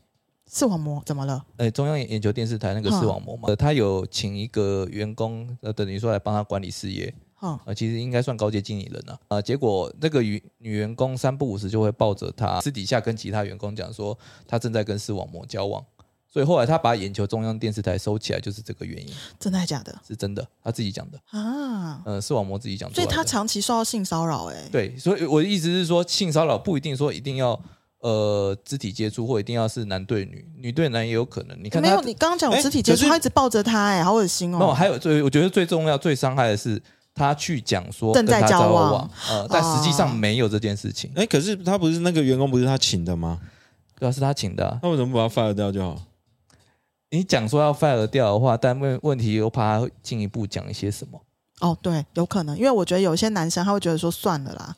C: 视网膜怎么了？
A: 呃，中央眼球电视台那个视网膜嘛，呃，他有请一个员工，呃，等于说来帮他管理事业，
C: 嗯，
A: 呃，其实应该算高阶经理人了、啊，呃，结果那个女女员工三不五时就会抱着他，私底下跟其他员工讲说她正在跟视网膜交往，所以后来他把眼球中央电视台收起来，就是这个原因，
C: 真的还假的
A: 是真的，他自己讲的，
C: 啊？
A: 呃，视网膜自己讲出
C: 所
A: 来
C: 以
A: 的，
C: 他长期受到性骚扰、欸，哎，
A: 对，所以我的意思是说，性骚扰不一定说一定要呃肢体接触，或一定要是男对女，女对男也有可能。你看
C: 没
A: 他
C: 有，，你刚刚讲我
B: 哎
C: 肢体接
B: 可
C: 触，
B: 是
C: 他一直抱着他、哎，好恶心哦。
A: 那我还有最，我觉得最重要、最伤害的是他去讲说
C: 正
A: 跟
C: 在
A: 他
C: 交
A: 交
C: 往
A: 呃，但实际
C: 哦
A: 上没有这件事情，
B: 哎，可是他不是那个员工，不是他请的吗？
A: 对啊，是他请的啊、
B: 那为什么不把他 fire 掉就好？
A: 你讲说要 fire 掉的话，但问问题又怕他进一步讲一些什么。
C: 哦，对，有可能，因为我觉得有些男生他会觉得说算了啦，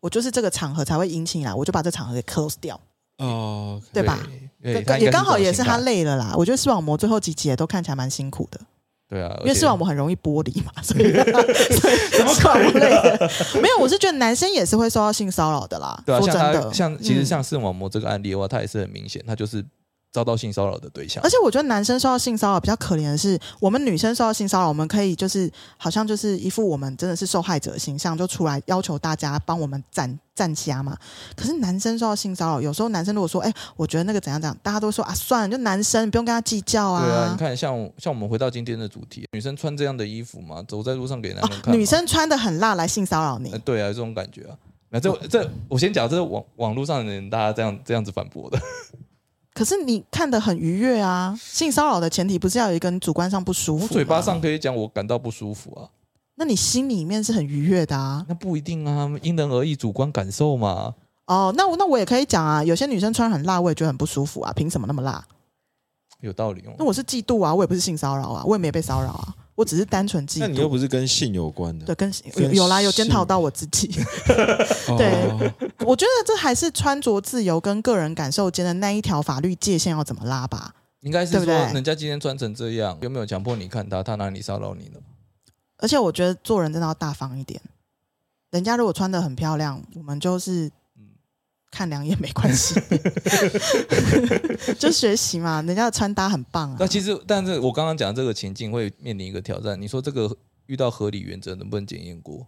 C: 我就是这个场合才会殷勤啦，我就把这场合给 close 掉，
B: 哦，
C: 啊对吧？
A: 对？他
C: 这个
A: 应该
C: 也刚好
A: 这种
C: 也是
A: 心态
C: 他累了啦。我觉得视网膜最后几集也都看起来蛮辛苦的，
A: 对啊，
C: 因为视网
A: 膜
C: 膜很容易剥离嘛，所以 (laughs) 所以 (laughs) 视网膜累的。没有，我是觉得男生也是会受到性骚扰的啦。
A: 对啊，
C: 说
A: 像
C: 真
A: 他
C: 的，
A: 像其实
C: 嗯
A: 像视网膜这个案例的话，他也是很明显，他就是遭到性骚扰的对象
C: 而。且我觉得男生受到性骚扰比较可怜的是，我们女生受到性骚扰，我们可以就是好像就是一副我们真的是受害者的形象，就出来要求大家帮我们站站家嘛。可是男生受到性骚扰，有时候男生如果说，哎、我觉得那个怎样怎样，大家都说啊，算了，就男生不用跟他计较啊。
A: 对啊，你看，像像我们回到今天的主题，女生穿这样的衣服嘛，走在路上给男
C: 哦
A: 人看、
C: 女、生穿的很辣来性骚扰你
A: 呃，，对啊，这种感觉啊。那这这，我先讲，这是网网络上的人大家这样这样子反驳的。
C: 可是你看的很愉悦啊。性骚扰的前提不是要有一个人主观上不舒服
A: 我
C: 吗，
A: 嘴巴上可以讲我感到不舒服啊，
C: 那你心里面是很愉悦的啊。
A: 那不一定啊，因人而异，主观感受嘛。
C: 哦，那我那我也可以讲啊，有些女生穿很辣，我也觉得很不舒服啊，凭什么那么辣？
A: 有道理哦
C: 那。我是嫉妒啊，我也不是性骚扰啊，我也没被骚扰啊，我只是单纯嫉妒。
B: 那你又不是跟性有关的，
C: 对，跟
B: 跟
C: 有有啦，有
B: 性
C: 检讨到我自
B: (laughs)
C: 己。
B: 哦
C: 对我觉得这还是穿着自由跟个人感受间的那一条法律界限要怎么拉吧。
A: 应该是
C: 对不
A: 说，
C: 对
A: 人家今天穿成这样，有没有强迫你看他？他哪里骚扰你了？
C: 而且我觉得做人真的要大方一点。人家如果穿的很漂亮，我们就是
B: 嗯
C: 看两眼没关
B: (laughs)
C: 系，就学习嘛。人家的穿搭很棒啊
A: 那。其实，但是我刚刚讲这个情境会面临一个挑战。你说这个遇到合理原则能不能检验过？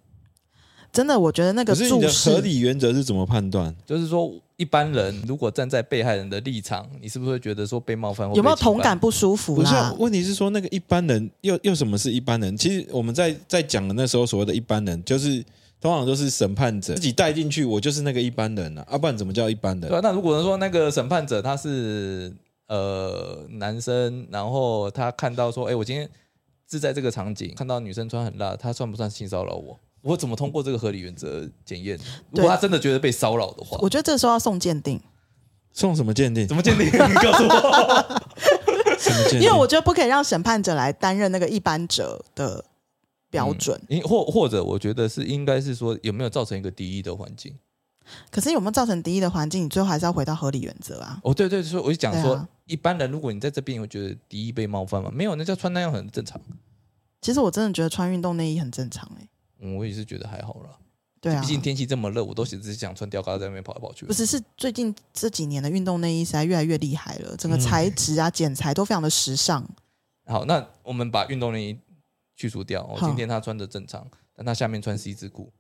C: 真的，我觉得那
B: 可
C: 个
B: 是你
C: 注
B: 的合
C: 释，
B: 理原则是怎么判断？
A: 就是说，一般人如果站在被害人的立场，你是不是会觉得说被冒犯或
C: 有没有
A: 被侵犯
C: 同感？不舒服
B: 不是、啊
C: 啦，？
B: 问题是说那个一般人又又什么是一般人？其实我们在在讲的那时候所谓的一般人，就是通常都是审判者自己带进去，我就是那个一般人啊，要、不然怎么叫一般人
A: 对？啊，那如果说那个审判者他是呃男生，然后他看到说，哎、我今天是在这个场景看到女生穿很辣，他算不算性骚扰我？我怎么通过这个合理原则检验？如果他真的觉得被骚扰的话，
C: 我觉得这时候要送鉴定。
B: 送什么鉴定？
A: 怎么鉴定？ (laughs) 你告诉我。
B: (laughs) 什么鉴定？
C: 因为我觉得不可以让审判者来担任那个一般者的标准。
A: 因或或者我觉得是应该是说有没有造成一个敌意的环境？
C: 可是有没有造成敌意的环境，你最后还是要回到合理原则啊。
A: 哦，对对，所以我就讲说，
C: 对啊
A: 一般人如果你在这边会觉得敌意被冒犯吗？没有，那叫穿那样很正常。
C: 其实我真的觉得穿运动内衣很正常哎、
A: 嗯，我也是觉得还好啦，
C: 对啊
A: 毕，竟天气这么热，我都只是想穿吊嘎在那边跑来跑去
C: 不。是是最近这几年的运动内衣实在越来越厉害了，整个
B: 嗯
C: 材质啊、剪裁都非常的时尚。
A: 好，那我们把运动内衣去除掉。哦，
C: 好
A: 今天他穿的正常，但他下面穿 C 字裤，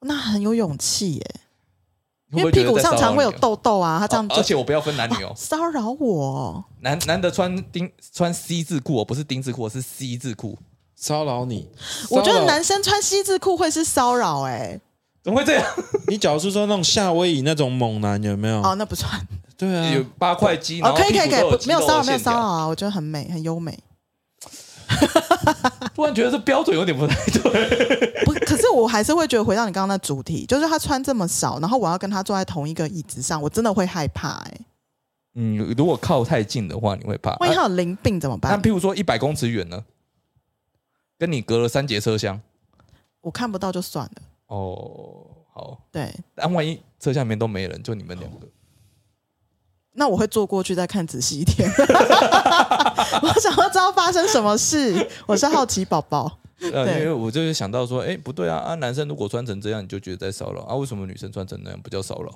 C: 那很有勇气耶、因
A: 会
C: 为
A: 不会
C: 屁
A: 觉得
C: 股
A: 在
C: 上
A: 骚扰
C: 常会有
A: 你啊。
C: 痘痘啊，他这样
A: 哦
C: 就啊
A: 而且我不要分男女哦，
C: 骚扰我，
A: 男男的穿丁穿 C 字裤哦，不是丁字裤哦，是 C 字裤。
B: 骚扰你？
C: 我觉
B: 骚
C: 得
B: 扰
C: 男生穿 C 字裤会是骚扰哎、
A: 怎么会这样？
B: 你假如是说那种夏威夷那种猛男有没有？
C: 哦，那不算。
B: 对啊，
A: 有八块肌，然
C: 嗯哦，
A: 后
C: 可以
A: 屁股
C: 可以可以
A: 都有，
C: 不没有
A: 肌肉
C: 骚扰
A: 的
C: 没有
A: 线
C: 骚
A: 条
C: 扰啊，我觉得很美，很优美。
A: 突然觉得这标准有点不太对。
C: (laughs) 不，可是我还是会觉得回到你刚刚那主题，就是他穿这么少，然后我要跟他坐在同一个椅子上，我真的会害怕哎、
A: 嗯，如果靠太近的话，你会怕。
C: 万一
A: 啊
C: 他有淋病怎么
A: 那
C: 办？
A: 譬如说一百公尺远呢，跟你隔了三节车厢。
C: 我看不到就算了。
A: 哦，好，
C: 对，
A: 但万一车厢里面都没人，就你们两个，
C: 那我会坐过去再看仔细一
A: (laughs)
C: 点。 (laughs) 我想要知道发生什么事，我是好奇宝宝。
A: 呃，
C: 对
A: 因为我就是想到说，哎，不对啊，啊，男生如果穿成这样，你就觉得在骚扰啊？为什么女生穿成那样不叫骚扰？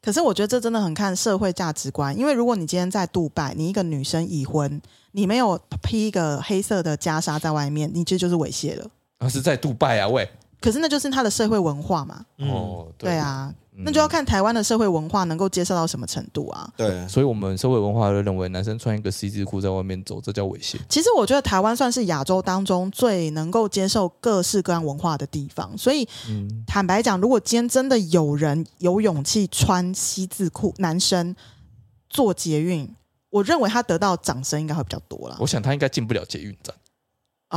C: 可是我觉得这真的很看社会价值观，因为如果你今天在杜拜，你一个女生已婚，你没有披一个黑色的袈裟在外面，你这就是猥亵了。
A: 啊，是在杜拜啊，喂，
C: 可是那就是他的社会文化嘛，
B: 嗯，
A: 哦，
C: 对，啊，那就要看台湾的社会文化能够接受到什么程度啊。
B: (laughs) 对，
A: 所以我们社会文化都认为，男生穿一个 C 字裤在外面走，这叫猥亵。
C: 其实我觉得台湾算是亚洲当中最能够接受各式各样文化的地方，所以
A: 嗯，
C: 坦白讲，如果今天真的有人有勇气穿西字裤，男生做捷运，我认为他得到掌声应该会比较多啦。
A: 我想他应该进不了捷运站，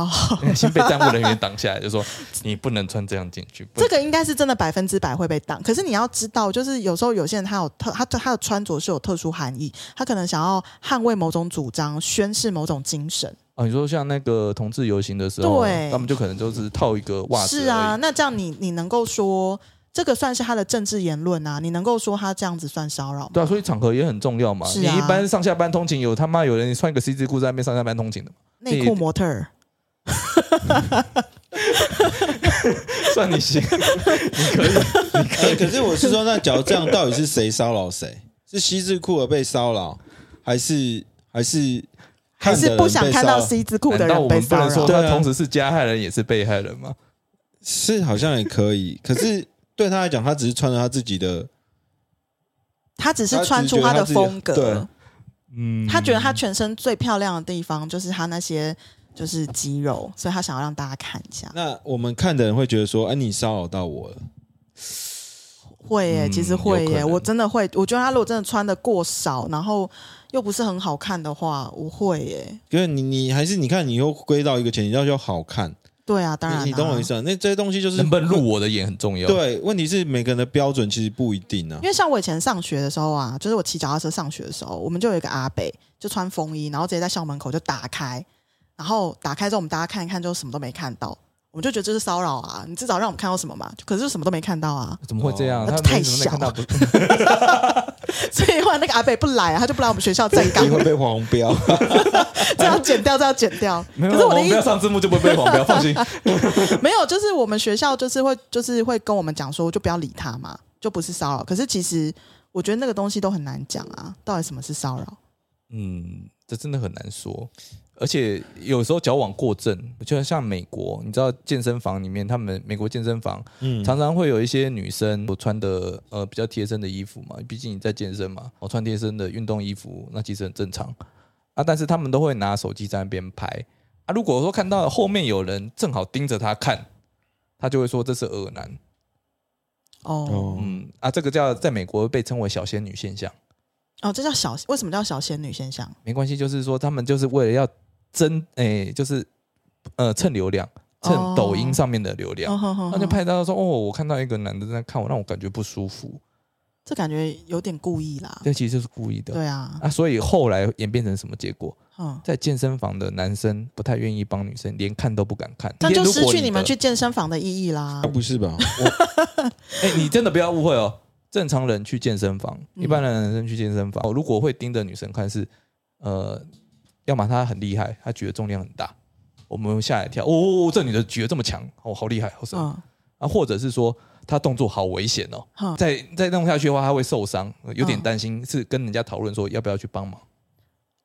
A: (laughs)
C: 哦，
A: 因为先被站务人员挡下来，就说你不能穿这样进去。不
C: 这个应该是真的百分之百会被挡。可是你要知道，就是有时候有些人他有特他他的穿着是有特殊含义，他可能想要捍卫某种主张，宣示某种精神。
A: 哦，你说像那个同志游行的时候，
C: 对
A: 他们就可能就是套一个袜子，
C: 是啊，，那这样你你能够说这个算是他的政治言论啊？你能够说他这样子算骚扰吗？
A: 对啊，所以场合也很重要嘛。
C: 是
A: 你
C: 啊
A: 一般上下班通勤有他妈有人穿个 C 字裤在那边上下班通
C: (laughs)
A: 勤的吗？
C: 内裤模特儿，
A: 算你行，
B: 哎可是我是说，那假如这样，到底是谁骚扰谁？ (laughs) 是西字库尔被骚扰，还是还是
C: 还是不想看到
B: 西？
C: C 字裤的
A: 难道我
C: 人被
A: 们不
C: 骚
A: 能说他
C: 扰？
B: 对啊
A: 同时是加害人也是被害人吗？
B: 是好像也可以，可是对他来讲，他只是穿着他自己的，
C: 他只是穿出他的风
B: 他只觉得他
C: 格，
A: 嗯，
C: 他觉得他全身最漂亮的地方就是他那些就是肌肉，所以他想要让大家看一下。
B: 那我们看的人会觉得说，哎、你骚扰到我了。
C: 会耶、
A: 嗯
C: 其实会
A: 有可
C: 耶、
A: 能
C: 我真的会。我觉得他如果真的穿的过少，然后又不是很好看的话，我会耶、
B: 因为你，你还是你看，你又归到一个前提，要要好看。
C: 对啊，当然、啊
B: 你你懂我意思啊？那这些东西就是
A: 能不能入我的眼很重要。，
B: 对，问题是每个人的标准其实不一定啊
C: 因。为像我以前上学的时候啊，就是我骑脚踏车上学的时候，我们就有一个阿北，就穿风衣，然后直接在校门口就打开，然后打开之后我们大家看一看，就什么都没看到，我们就觉得这是骚扰啊，你至少让我们看到什么嘛，可是就什么都没看到啊， (laughs)
A: 怎么会这样？
C: 哦
A: 他
C: 那太
A: 没什么没看到不 (laughs)
C: 所以后来那个阿北不来啊，他就不来我们学校站岗
B: 你， (laughs) 会被黄标，
C: 这要剪掉，这要剪掉。
A: 没有，
C: 可是我
A: 我
C: 的
A: 们
C: 意
A: 不要
C: 思
A: 上字幕就不会被黄标，放心。
C: 没有，就是我们学校就是会就是会跟我们讲说，就不要理他嘛，就不是骚扰。可是其实我觉得那个东西都很难讲啊，到底什么是骚扰？
A: 嗯，这真的很难说。而且有时候矫枉过正，就像美国，你知道健身房里面，他们美国健身房
B: (laughs) 嗯，
A: 常常会有一些女生我穿的呃比较贴身的衣服嘛，毕竟你在健身嘛，我穿贴身的运动衣服那其实很正常啊。但是他们都会拿手机在那边拍啊。如果说看到后面有人正好盯着他看，他就会说这是恶男。
C: 哦
B: 哦
A: 嗯啊，这个叫在美国被称为小仙女现象。
C: 哦，这叫小为什么叫小仙女现象？
A: 没关系，就是说他们就是为了要争，哎、就是呃蹭流量，蹭
C: 哦
A: 抖音上面的流量，
C: 哦哼哼
A: 那、就拍到说哦，我看到一个男的在看我，让我感觉不舒服，
C: 这感觉有点故意啦。
A: 这其实就是故意的。
C: 哦对啊，
A: 啊，所以后来演变成什么结果？
C: 嗯，
A: 在健身房的男生不太愿意帮女生，连看都不敢看。
C: 那就失去你
A: 你
C: 们去，健身房的意义啦
B: 啊、。不是吧？
A: 哎、你真的不要误会哦。正常人去健身房，
C: 嗯
A: 一般的男生去健身房，哦如果会盯着女生看是，呃，要么她很厉害，她举的重量很大，我们吓一跳，哦哦，哦这女的举得这么强，哦，好厉害，好神、
C: 嗯，
A: 啊，或者是说她动作好危险哦，
C: 哼，
A: 再再弄下去的话，她会受伤，呃有点
C: 嗯
A: 担心，是跟人家讨论说要不要去帮忙。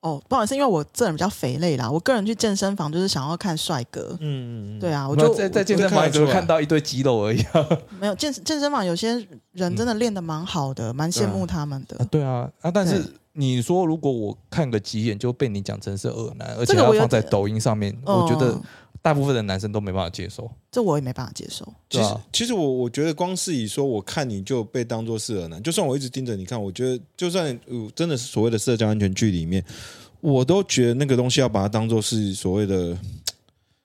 C: 哦，不好意思，因为我这人比较肥累啦，我个人去健身房就是想要看帅哥。
B: 嗯，嗯嗯
C: 对啊，我
A: 没有
C: 就
A: 在在健
B: 我
A: 身房
B: 看得
A: 只会
B: 出来
A: 看到一堆肌肉而已、啊。
C: 没有健健身房有些人真的练得蛮好的，蛮羡慕他们
A: (laughs)
C: 的。
A: 对啊，啊，但是
C: 嗯对
A: 你说如果我看个几眼就被你讲成是恶男，而且
C: 这个
A: 还要
C: 我有
A: 放在
C: 点
A: 抖音上面，我觉得
C: 嗯
A: 大部分的男生都没办法接受。
C: 这我也没办法接受。
B: 其
A: 对
B: 实
A: 啊，
B: 其实我我觉得光是以说我看你就被当做是恶男，就算我一直盯着你看，我觉得就算、呃、真的是所谓的社交安全距离里面，我都觉得那个东西要把它当做是所谓的嘖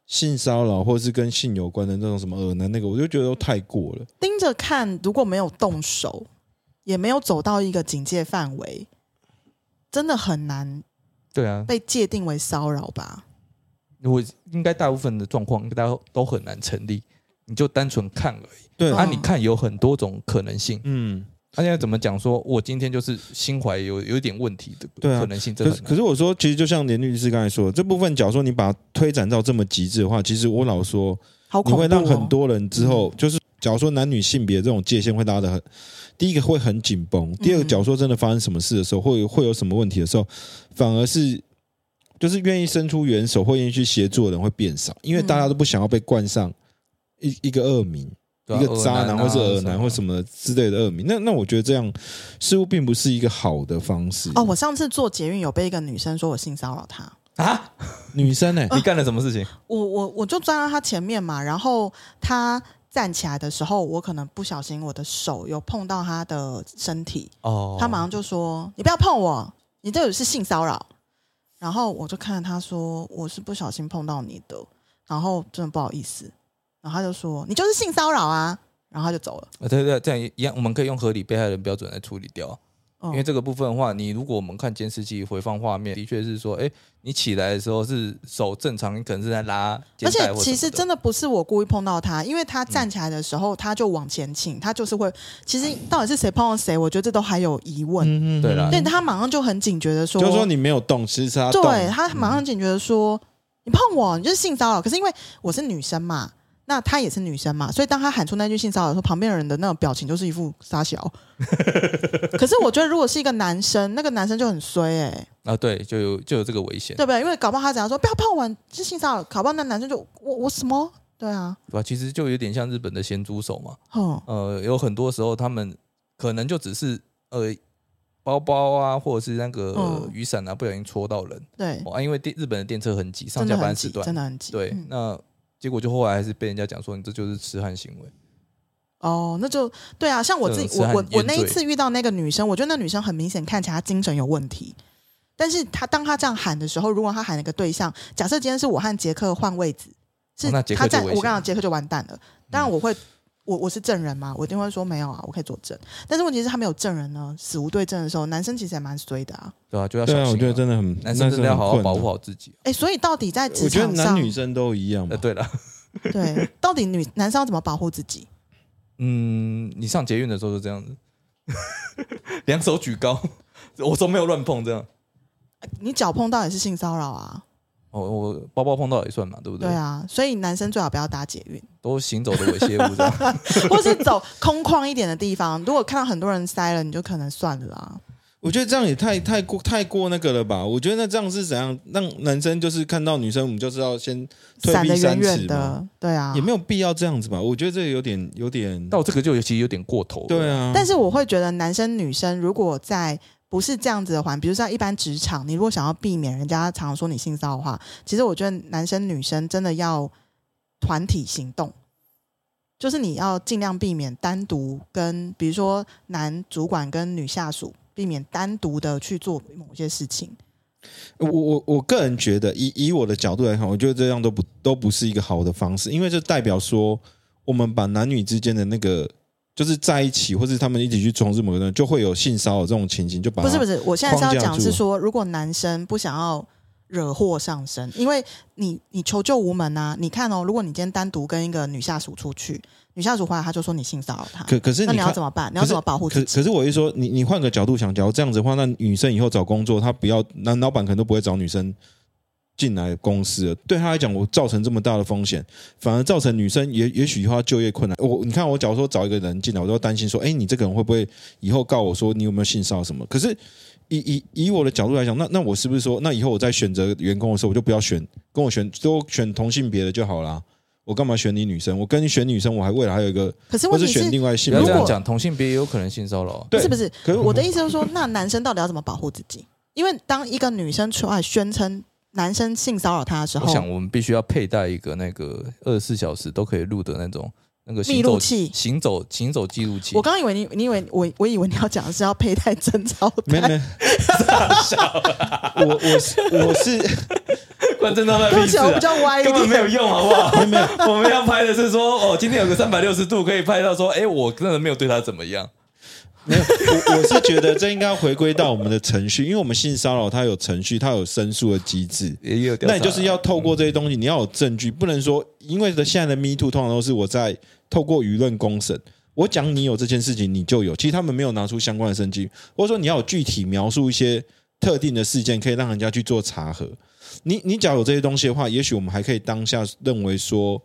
B: 性骚扰或者是跟性有关的那种什么恶男那个，我就觉得都太过了。
C: 盯着看，如果没有动手，也没有走到一个警戒范围，真的很难
A: 对啊，
C: 被界定为骚扰吧？
A: 我应该大部分的状况，大家都很难成立。你就单纯看而已，
B: 对，
A: 啊，你看有很多种可能性。
B: 嗯，
A: 他、现在怎么讲说？我今天就是心怀有有一点问题的
B: 对啊
A: 可能性，这
B: 可
A: 很
B: 是
A: 难
B: 可是我说，其实就像连律师刚才说的，这部分假如说你把它推展到这么极致的话，其实我老说，
C: 好
B: 你
C: 恐怖、哦！嗯
B: 会让很多人之后，就是假如说男女性别这种界限会拉得很，第一个会很紧绷，第二个
C: 嗯
B: 假如说真的发生什么事的时候，会会有什么问题的时候，反而是就是愿意伸出援手或愿意去协助的人会变少，因为大家都不想要被冠上一一个恶名。
A: 对啊
B: 一个渣男
A: 啊
B: 或是恶
A: 什
B: 男
A: 么
B: 或什么之类的恶名，那那我觉得这样似乎并不是一个好的方式。
C: 哦，我上次做捷运有被一个女生说我性骚扰她，
A: 啊？
B: 女生呢、
C: 哦
A: 你干了什么事
C: (laughs)
A: 情？
C: 我我我就站在她前面嘛，然后她站起来的时候，我可能不小心我的手有碰到她的身体，
A: 哦，
C: 她马上就说：“你不要碰我，你这个是性骚扰。”然后我就看着她说：“我是不小心碰到你的，然后真的不好意思。”然后她就说：“你就是性骚扰啊！”然后她就走了。
A: 啊对对，这样也一样，我们可以用合理被害人标准来处理掉啊。
C: 嗯
A: 因为这个部分的话，你如果我们看监视器回放画面，的确是说，哎，你起来的时候是手正常，你可能是在拉肩
C: 而
A: 带或什么
C: 且
A: 的，
C: 其实真的不是我故意碰到他，因为他站起来的时候，他就往前倾，他就是会。其实到底是谁碰到谁，我觉得这都还有疑问。
B: 嗯
A: 对啦
C: 但他马上就很警觉的说：“嗯
B: 就是说你没有动，其实是他动。
C: 对他马上警觉的说，你碰我，你就是性骚扰。”可是因为我是女生嘛，那她也是女生嘛，所以当她喊出那句性骚扰的时候，旁边的人的那种表情就是一副傻
B: (laughs)
C: 小。可是我觉得如果是一个男生，那个男生就很衰哎、
A: 啊，对，就有就有这个危险，
C: 对不对？因为搞不好他只要说不要碰我，你是性骚扰，搞不好那男生就我我什么？对啊，
A: 对吧？其实就有点像日本的咸猪手嘛，
C: 哼。
A: 呃，有很多时候他们可能就只是呃包包啊，或者是那个、呃
C: 嗯
A: 雨伞啊，不小心戳到人、
C: 对，
A: 哦、啊，因为电日本的电车很挤，上
C: 真
A: 下
C: 的
A: 班
C: 很
A: 时
C: 挤，
A: 段
C: 真的很挤。
A: 对，
C: 嗯
A: 那结果就后来还是被人家讲说你这就是痴汉行为，
C: 哦，那就对啊，像我自
A: 这种
C: 己，我
A: 是
C: 我
A: 很
C: 我
A: 严
C: 那一
A: 罪
C: 次遇到那个女生，我觉得那女生很明显看起来她精神有问题，但是她当她这样喊的时候，如果她喊了一个对象，假设今天是我和杰克换位置，是
A: 哦那杰克
C: 她
A: 就
C: 站，
A: 危
C: 我
A: 险嗯
C: 刚讲杰克就完蛋了。当然我会，我我是证人嘛，我一定会说没有啊，我可以作证。但是问题是，他没有证人呢，死无对证的时候，男生其实也蛮衰的啊。
A: 对吧、就要小
B: 对
A: 心、
B: 啊，我觉得真的很，
A: 男生真的要好好保护
B: 好。
A: 好自己、
C: 哎，所以到底在职
B: 我觉得
C: 场
B: 男
C: 上，
B: 女生都一样
A: 呃，
B: 嘛。
A: 对了，
C: 对，到底女男生要怎么保护自己？
A: 嗯，你上捷运的时候就这样子， (laughs) 两手举高， (laughs) 我说没有乱碰这样。
C: 你脚碰到也是性骚扰啊。
A: 哦，我包包碰到也算嘛，对不对？
C: 对啊，所以男生最好不要搭捷运， (laughs)
A: 都行走的猥亵物这样。
C: 或是走空旷一点的地方。如果看到很多人塞了，你就可能算了啦。
B: 我觉得这样也太太过太过那个了吧？我觉得那这样是怎样让男生就是看到女生，我们就是要先退
C: 闪
B: 避
C: 得远
B: 三尺
C: 远
B: 嘛，
C: 的，对啊，
B: 也没有必要这样子吧？我觉得这有点有点，
A: (laughs) 到这个就有其实有点过头了。
B: 对啊。
C: 但是我会觉得男生女生如果在不是这样子的环，比如像一般职场，你如果想要避免人家常说你性骚扰的话，其实我觉得男生女生真的要团体行动，就是你要尽量避免单独跟，比如说男主管跟女下属，避免单独的去做某些事情。
B: 我我我个人觉得，以以我的角度来看，我觉得这样都不都不是一个好的方式，因为这代表说我们把男女之间的那个就是在一起，或是他们一起去从事某个东西，就会有性骚扰这种情形，就把
C: 不是不
B: 是
C: 是，我现在是要
B: 框架
C: 讲
B: 住
C: 是说，如果男生不想要惹祸上身，因为你你求救无门啊，你看哦，如果你今天单独跟一个女下属出去，女下属回来她就说你性骚扰她，
B: 可可是
C: 那
B: 你
C: 你要
B: 看
C: 怎，么办？你要怎么保护
B: 可
C: 自己？
B: 可是我一说，你你换个角度想，假如这样子的话，那女生以后找工作，她不要男老板可能都不会找女生进来公司了。对她来讲，我造成这么大的风险，反而造成女生也也许以后她就业困难。我你看，我假如说找一个人进来，我都担心说，哎，你这个人会不会以后告我说你有没有性骚扰什么？可是以以以我的角度来讲，那那我是不是说，那以后我在选择员工的时候，我就不要选跟我选都选同性别的就好啦。我干嘛选你女生？我跟你选女生，我还未来还有一个，
C: 可是
B: 或
C: 问
B: 是
C: 题
B: 选
C: 是，
B: 另外
A: 不
B: 性别。
A: 要
C: 如
A: 这
C: 果
A: 样讲，同性别也有可能性骚扰啊。
C: 不
B: 对
C: 是不
B: (laughs)
C: 是？
B: 可是
C: 我的意思就是说，那男生到底要怎么保护自己？因为当一个女生出来宣称男生性骚扰她的时
A: 我
C: 候，
A: 想我们必须要佩戴一个那个二十四小时都可以录的那种那个行
C: 密录
A: 走
C: 器
A: 行走行走记录器。
C: 我刚以为你，你以为我，我以为你要讲的是要佩戴贞操
B: 没有
C: 带，
B: 没有，我我是我是
A: 关真的那
C: 对不
A: 屁
C: 起，
A: 事
C: 我
A: 啊
C: 比，较歪一
A: 根
C: 点
A: 本没有用，好不好？没有，我们要拍的是说，哦，今天有个三百六十度可以拍到说，哎，我真的没有对他怎么样。
B: 没有，我我是觉得这应该回归到我们的程序，因为我们性骚扰它有程序，它有申诉的机制。
A: 也有调查
B: 那
A: 啊，
B: 你就是要透过这些东西，你要有证据，不能说因为的现在的 Me Too 通常都是我在透过舆论公审，我讲你有这件事情你就有，其实他们没有拿出相关的证据，或者说你要有具体描述一些特定的事件，可以让人家去做查核。你你假如有这些东西的话，也许我们还可以当下认为说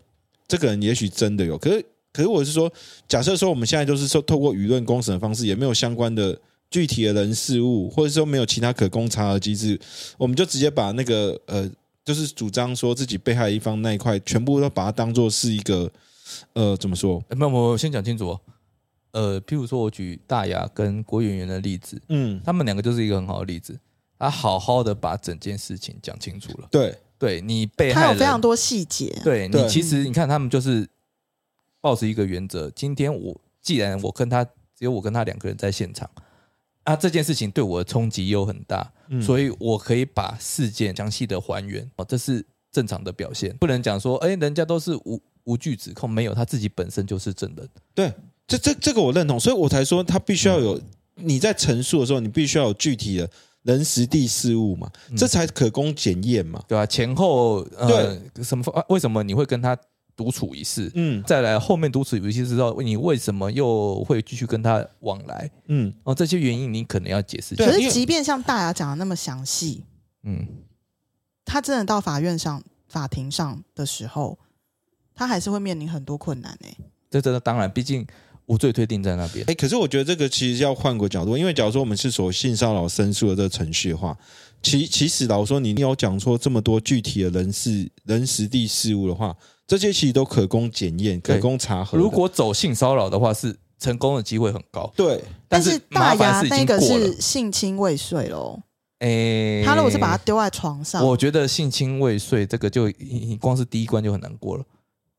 B: 这个人也许真的有，可是可是我是说，假设说我们现在就是说透过舆论公审的方式，也没有相关的。具体的人事物，或者说没有其他可供查核机制，我们就直接把那个呃就是主张说自己被害一方那一块，全部都把它当做是一个呃，怎么说？
A: 哎，那我先讲清楚哦。呃，譬如说我举大牙跟郭圆圆的例子，
B: 嗯，
A: 他们两个就是一个很好的例子。他好好的把整件事情讲清楚了。
B: 对，
A: 对你被
C: 它
A: 害
C: 有非常
A: 人，
C: 多细节。
A: 对
B: 对
A: 你其实你看他们就是抱持一个原则：今天我既然我跟他只有我跟他两个人在现场，啊，这件事情对我的冲击又很大，
B: 嗯
A: 所以我可以把事件详细的还原。哦，这是正常的表现，不能讲说，哎，人家都是无无据指控，没有他自己本身就是证人。
B: 对，这这这个我认同，所以我才说他必须要有你在陈述的时候，你必须要有具体的人、实地、事物嘛，这才可供检验嘛。
A: 对啊，前后呃什么方为什么你会跟他独处一室？
B: 嗯
A: 再来后面独处一室之后，你为什么又会继续跟他往来？
B: 嗯，
A: 哦，这些原因你可能要解释一下
C: 可
B: 对因
C: 是
B: 为
C: 即便像大牙讲的那么详细，
A: 嗯，
C: 他真的到法院上、法庭上的时候，他还是会面临很多困难欸诶、
A: 这这当然，毕竟无罪推定在那边。
B: 哎，可是我觉得这个其实要换个角度，因为假如说我们是所性骚扰申诉的这个程序的话，其其实老实说，你有讲说这么多具体的人事、人、实地、事物的话，这些其实都可供检验、可
A: 对
B: 供查核的。
A: 如果走性骚扰的话，是成功的机会很高，
B: 对，
A: 但
C: 是
A: 麻
C: 大
A: 烦
C: 牙
A: 是已
C: 那
A: 经
C: 个
A: 过了。
C: 是性侵未遂喽，
A: 哎，
C: 他如果是把他丢在床上，
A: 我觉得性侵未遂这个就你光是第一关就很难过了。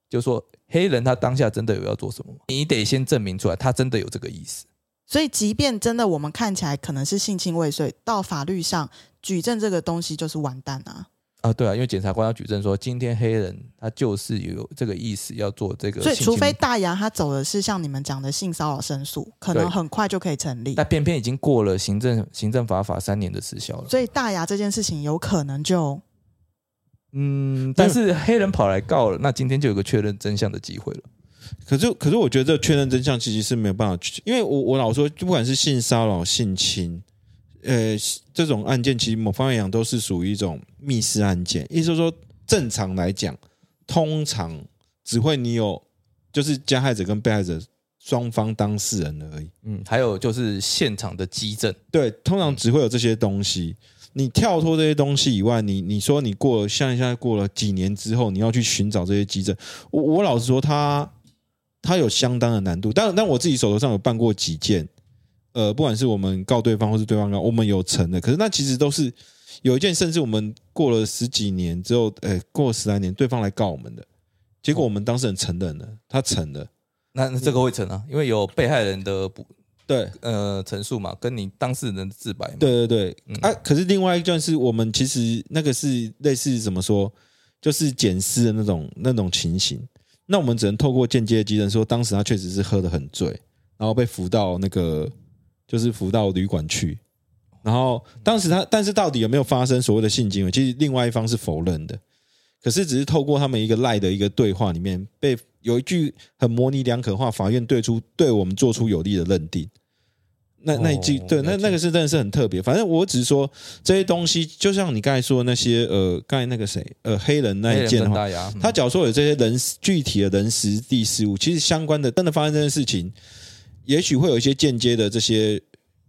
A: 就说黑人他当下真的有要做什么吗，你得先证明出来，他真的有这个意思。
C: 所以即便真的我们看起来可能是性侵未遂，到法律上举证这个东西就是完蛋啊。
A: 啊，对啊，因为检察官要举证说，今天黑人他就是有这个意思要做这个
C: 所
A: 性
C: 以
A: 侵，
C: 除非大牙他走的是像你们讲的性骚扰申诉，可
A: 对
C: 能很快就可以成立。
A: 但偏偏已经过了行政行政法法三年的时效了。
C: 所以大牙这件事情有可能就
A: 嗯，但是黑人跑来告了，那今天就有个确认真相的机会了。
B: 可是，可是我觉得这确认真相其实是没有办法去，因为我我老说，不管是性骚扰、性侵，呃，这种案件，其实某方面讲都是属于一种密室案件。意思是说，正常来讲，通常只会你有就是加害者跟被害者双方当事人而已。
A: 嗯，还有就是现场的激震，
B: 对，通常只会有这些东西。你跳脱这些东西以外，你你说你过了像现在过了几年之后，你要去寻找这些急诊，我我老实说他，他有相当的难度。但但我自己手头上有办过几件，呃，不管是我们告对方或是对方告，我们有成的。可是那其实都是有一件，甚至我们过了十几年之后，呃，过了十来年，对方来告我们的，结果我们当事人承认了，他承了，
A: 那那这个会成啊，因为有被害人的不
B: 对，
A: 呃陈述嘛，跟你当事人的自白嘛。，
B: 对对对，
A: 嗯
B: 啊，可是另外一段是我们其实那个是类似怎么说，就是检视的那种那种情形。那我们只能透过间接的机证说，当时他确实是喝得很醉，然后被扶到那个就是扶到旅馆去。然后当时他，但是到底有没有发生所谓的性行为，其实另外一方是否认的。可是只是透过他们一个赖的一个对话里面，被有一句很模棱两可的话，法院对出对我们做出有利的认定。那那一句、
A: 哦
B: 对，
A: 了
B: 那
A: 解
B: 那个是真的是很特别。反正我只是说这些东西，就像你刚才说的那些呃，刚才那个谁呃黑人那
A: 黑
B: 一
A: 人
B: 件的
A: 跟
B: 话，
A: 大牙，嗯
B: 他假如说有这些人具体的人实地事物，其实相关的真的发生这件事情，也许会有一些间接的这些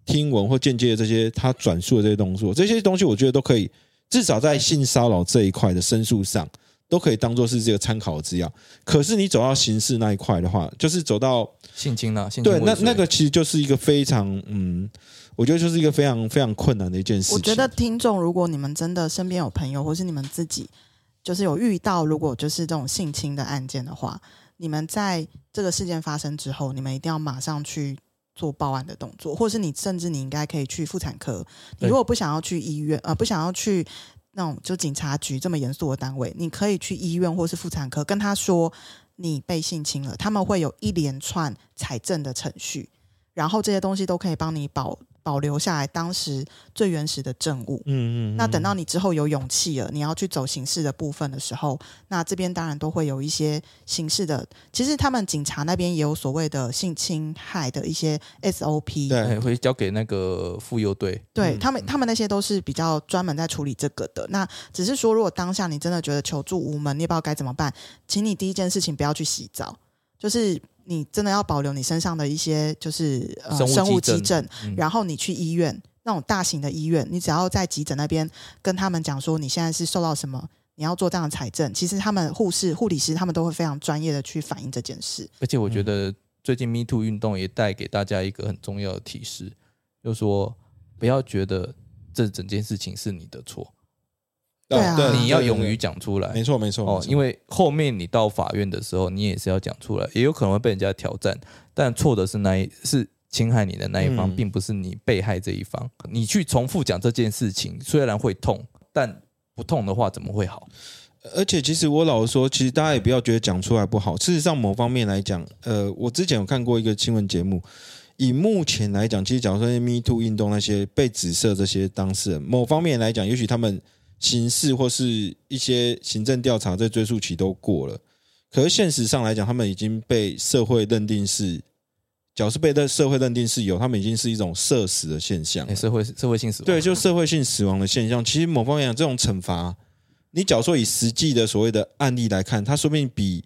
B: 听闻或间接的这些他转述的这些动作，这些东西我觉得都可以，至少在性骚扰这一块的申诉上，都可以当做是这个参考资料。可是你走到刑事那一块的话，就是走到
A: 性侵啊，性侵
B: 对，那
A: 未遂
B: 那个其实就是一个非常嗯，我觉得就是一个非常非常困难的一件事情。
C: 我觉得听众，如果你们真的身边有朋友，或是你们自己就是有遇到，如果就是这种性侵的案件的话，你们在这个事件发生之后，你们一定要马上去做报案的动作，或是你甚至你应该可以去妇产科。你
A: 对
C: 如果不想要去医院，呃，不想要去那种就警察局这么严肃的单位，你可以去医院或是妇产科跟他说你被性侵了，他们会有一连串财政的程序，然后这些东西都可以帮你保保留下来当时最原始的证物。
B: 嗯，嗯嗯，
C: 那等到你之后有勇气了，你要去走刑事的部分的时候，那这边当然都会有一些刑事的。其实他们警察那边也有所谓的性侵害的一些 SOP，
B: 对
A: 哎，会交给那个妇幼队。
C: 对
B: 嗯
C: 他们，他们那些都是比较专门在处理这个的。那只是说，如果当下你真的觉得求助无门，你也不知道该怎么办，请你第一件事情不要去洗澡，就是你真的要保留你身上的一些就是呃
A: 生
C: 生
A: 物
C: 物
A: 急
C: 急
A: 诊
C: 诊，
A: 嗯
C: 然后你去医院那种大型的医院，你只要在急诊那边跟他们讲说你现在是受到什么。你要做这样的财政，其实他们护士、护理师他们都会非常专业的去反映这件事。
A: 而且我
B: 嗯
A: 觉得最近 Me Too 运动也带给大家一个很重要的提示，就是说不要觉得这整件事情是你的错，
C: 对啊
B: 对，
A: 你要勇
B: 对
A: 于
B: 对
A: 讲出来
B: 没。错没错
A: 哦，因
B: 为
A: 为后面你到法院的时候，你也是要讲出来，也有可能会被人家挑战，但错的是那一是侵害你的那一方，
B: 嗯
A: 并不是你被害这一方。你去重复讲这件事情，虽然会痛，但不痛的话怎么会好？
B: 而且其实我老实说，其实大家也不要觉得讲出来不好。事实上，某方面来讲，呃，我之前有看过一个新闻节目，以目前来讲，其实假如说那些 Me Too 运动那些被指涉这些当事人，某方面来讲，也许他们刑事或是一些行政调查在追诉期都过了，可是现实上来讲，他们已经被社会认定是。假如是被社会认定是有，他们已经是一种社死的现象了
A: 哎，。社会社会性死亡，
B: 嗯对，就社会性死亡的现象，其实某方面讲，这种惩罚，你假如说以实际的所谓的案例来看，它说不定比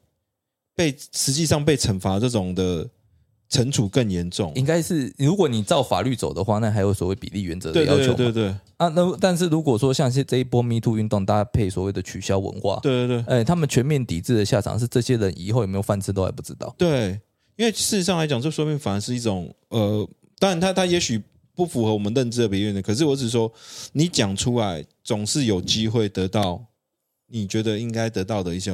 B: 被实际上被惩罚这种的惩处更严重。
A: 应该是如果你照法律走的话，那还有所谓比例原则的
B: 对
A: 要
B: 对
A: 求
B: 对
A: 嘛
B: 对对
A: 啊，那但是如果说像是这一波 Me Too 运动搭配所谓的取消文化，，
B: 对对对
A: 哎，他们全面抵制的下场是这些人以后有没有饭吃都还不知道。
B: 对，因为事实上来讲，这说明反而是一种呃，当然它它也许不符合我们认知的比喻的，可是我只是说，你讲出来总是有机会得到你觉得应该得到的一些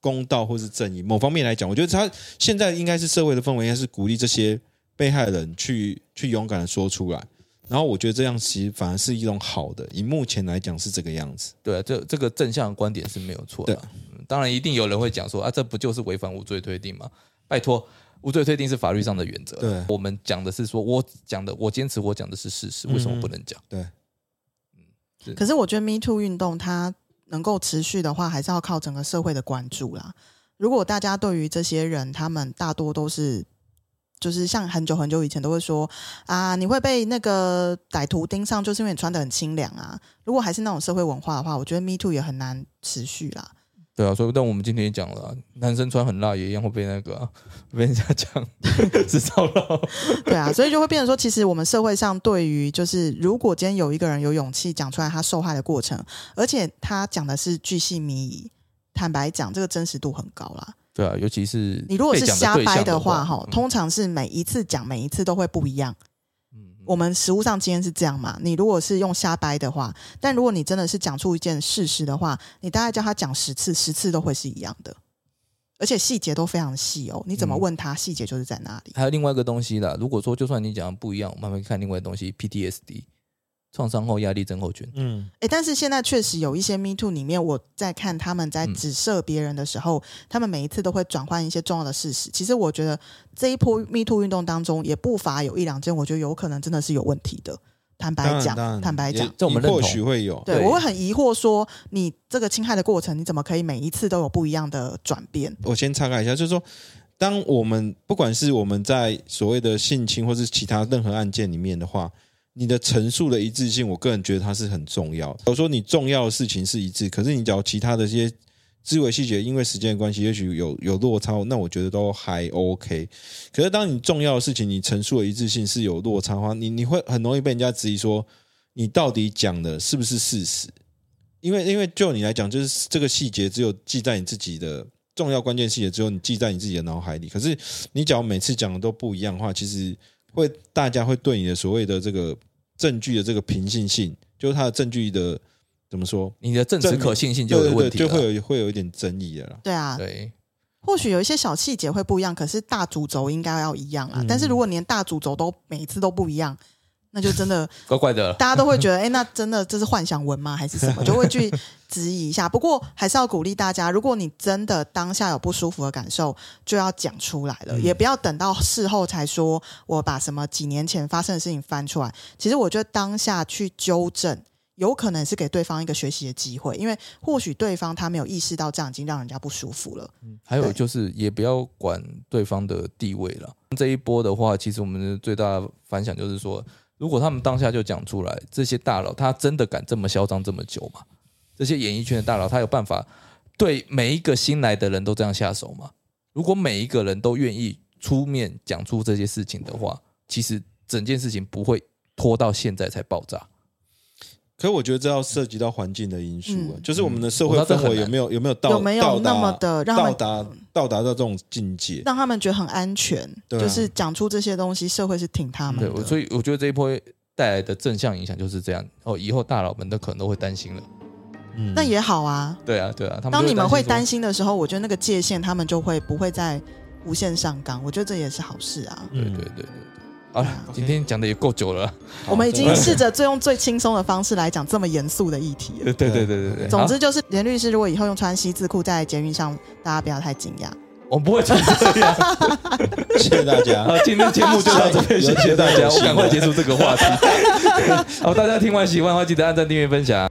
B: 公道或是正义。某方面来讲，我觉得他现在应该是社会的氛围，应该是鼓励这些被害人去去勇敢的说出来。然后我觉得这样其实反而是一种好的，以目前来讲是这个样子。
A: 对、啊，这这个正向的观点是没有错的
B: 对。
A: 嗯当然，一定有人会讲说啊，这不就是违反无罪推定吗？拜托，无罪推定是法律上的原则。
B: 对
A: 我们讲的是说，我讲的，我坚持我讲的是事实，
B: 嗯
A: 为什么不能讲？
B: 对，
C: 可是我觉得 Me Too 运动它能够持续的话，还是要靠整个社会的关注啦。如果大家对于这些人，他们大多都是就是像很久很久以前都会说啊，你会被那个歹徒盯上，就是因为你穿的很清凉啊。如果还是那种社会文化的话，我觉得 Me Too 也很难持续啦。
A: 对啊，所以但我们今天也讲了啊、男生穿很辣也一样会被那个啊、 (laughs) 被人家讲 (laughs) 是骚扰。
C: 对啊，所以就会变成说，其实我们社会上对于就是，如果今天有一个人有勇气讲出来他受害的过程，而且他讲的是巨细靡遗，坦白讲，这个真实度很高啦。
A: 对啊，尤其是
C: 你如果是
A: 被讲
C: 瞎
A: 对象
C: 掰
A: 的
C: 话，哈、
A: 嗯
C: 通常是每一次讲，每一次都会不一样。
A: 嗯嗯
C: 我们实物上经验是这样嘛？你如果是用瞎掰的话，但如果你真的是讲出一件事实的话，你大概叫他讲十次，十次都会是一样的，而且细节都非常细哦。你怎么
A: 嗯
C: 问他，细节就是在那里。
A: 还有另外一个东西啦，如果说就算你讲的不一样，我们还会看另外一个东西 PTSD，创伤后压力症候群。
B: 嗯，
C: 哎，但是现在确实有一些 Me Too 里面，我在看他们在
A: 嗯
C: 指涉别人的时候，他们每一次都会转换一些重要的事实。其实我觉得这一波 Me Too 运动当中，也不乏有一两件，我觉得有可能真的是有问题的。坦白讲，坦白讲，
A: 这我们认同
B: 或许会有，
C: 对
A: 对
C: 我会很疑惑说，你这个侵害的过程，你怎么可以每一次都有不一样的转变？
B: 我先岔开一下，就是说，当我们不管是我们在所谓的性侵或是其他任何案件里面的话，你的陈述的一致性，我个人觉得它是很重要的。我说你重要的事情是一致，可是你讲其他的一些思维细节，因为时间的关系，也许有有落差，那我觉得都还 OK。可是当你重要的事情，你陈述的一致性是有落差的话，你你会很容易被人家质疑说，你到底讲的是不是事实？因为因为就你来讲，就是这个细节只有记在你自己的重要关键细节，只有你记在你自己的脑海里。可是你只要每次讲的都不一样的话，其实会大家会对你的所谓的这个证据的这个平信性，就是它的证据的怎么说，
A: 你的证词可信性就
B: 对
A: 有
B: 对
A: 问
B: 对，
A: 题啊
B: 就
A: 了。
B: 会有会有一点争议的啦。
C: 对啊，
A: 对，
C: 或许有一些小细节会不一样，可是大主轴应该要一样啊。
B: 嗯
C: 但是如果连大主轴都每一次都不一样，那就真的
A: 怪怪的。
C: 大家都会觉得，哎、那真的这是幻想文吗？还是什么？就会去质疑一下。不过还是要鼓励大家，如果你真的当下有不舒服的感受，就要讲出来了，也不要等到事后才说我把什么几年前发生的事情翻出来。其实我觉得当下去纠正。有可能是给对方一个学习的机会，因为或许对方他没有意识到这样已经让人家不舒服了。
A: 还有
C: 对
A: 就是，也不要管对方的地位了。这一波的话，其实我们的最大的反响就是说，如果他们当下就讲出来，这些大佬他真的敢这么嚣张这么久吗？这些演艺圈的大佬，他有办法对每一个新来的人都这样下手吗？如果每一个人都愿意出面讲出这些事情的话，其实整件事情不会拖到现在才爆炸。
B: 可我觉得这要涉及到环境的因素啊，
C: 嗯
B: 就是我们的社会
A: 我知道这
B: 氛
A: 很
B: 围
A: 难
B: 有没有有没有到
C: 有没有
B: 到达
C: 那么的让他
B: 到
C: 们
B: 达到达到这种境界？
C: 让他们觉得很安全，
B: 对啊
C: 就是讲出这些东西，社会是挺他们
A: 对，
C: 的。
A: 我所以我觉得这一波带来的正向影响就是这样。哦，以后大佬们都可能都会担心了。
B: 嗯
C: 那也好啊。
A: 对啊，对啊，他们
C: 当
A: 就
C: 你们会
A: 说
C: 担心的时候，我觉得那个界限他们就会不会再无限上纲。我觉得这也是好事啊。
A: 对对对对对。好了，今天讲的也够久了。
C: 我们已经试着最用最轻松的方式来讲这么严肃的议题
A: 对
C: 了。
B: 对
A: 对对对对。
C: 总之就是，连律师如果以后用穿西字裤在捷运上，大家不要太惊讶。
A: 我们不会成这样。
C: (laughs)
B: (laughs) 谢谢大家。
A: 好，今天节目就到这边，
C: (laughs)
A: 谢谢大家。我赶快结束这个话题。好，大家听完喜欢的话，记得按赞、订阅、分享。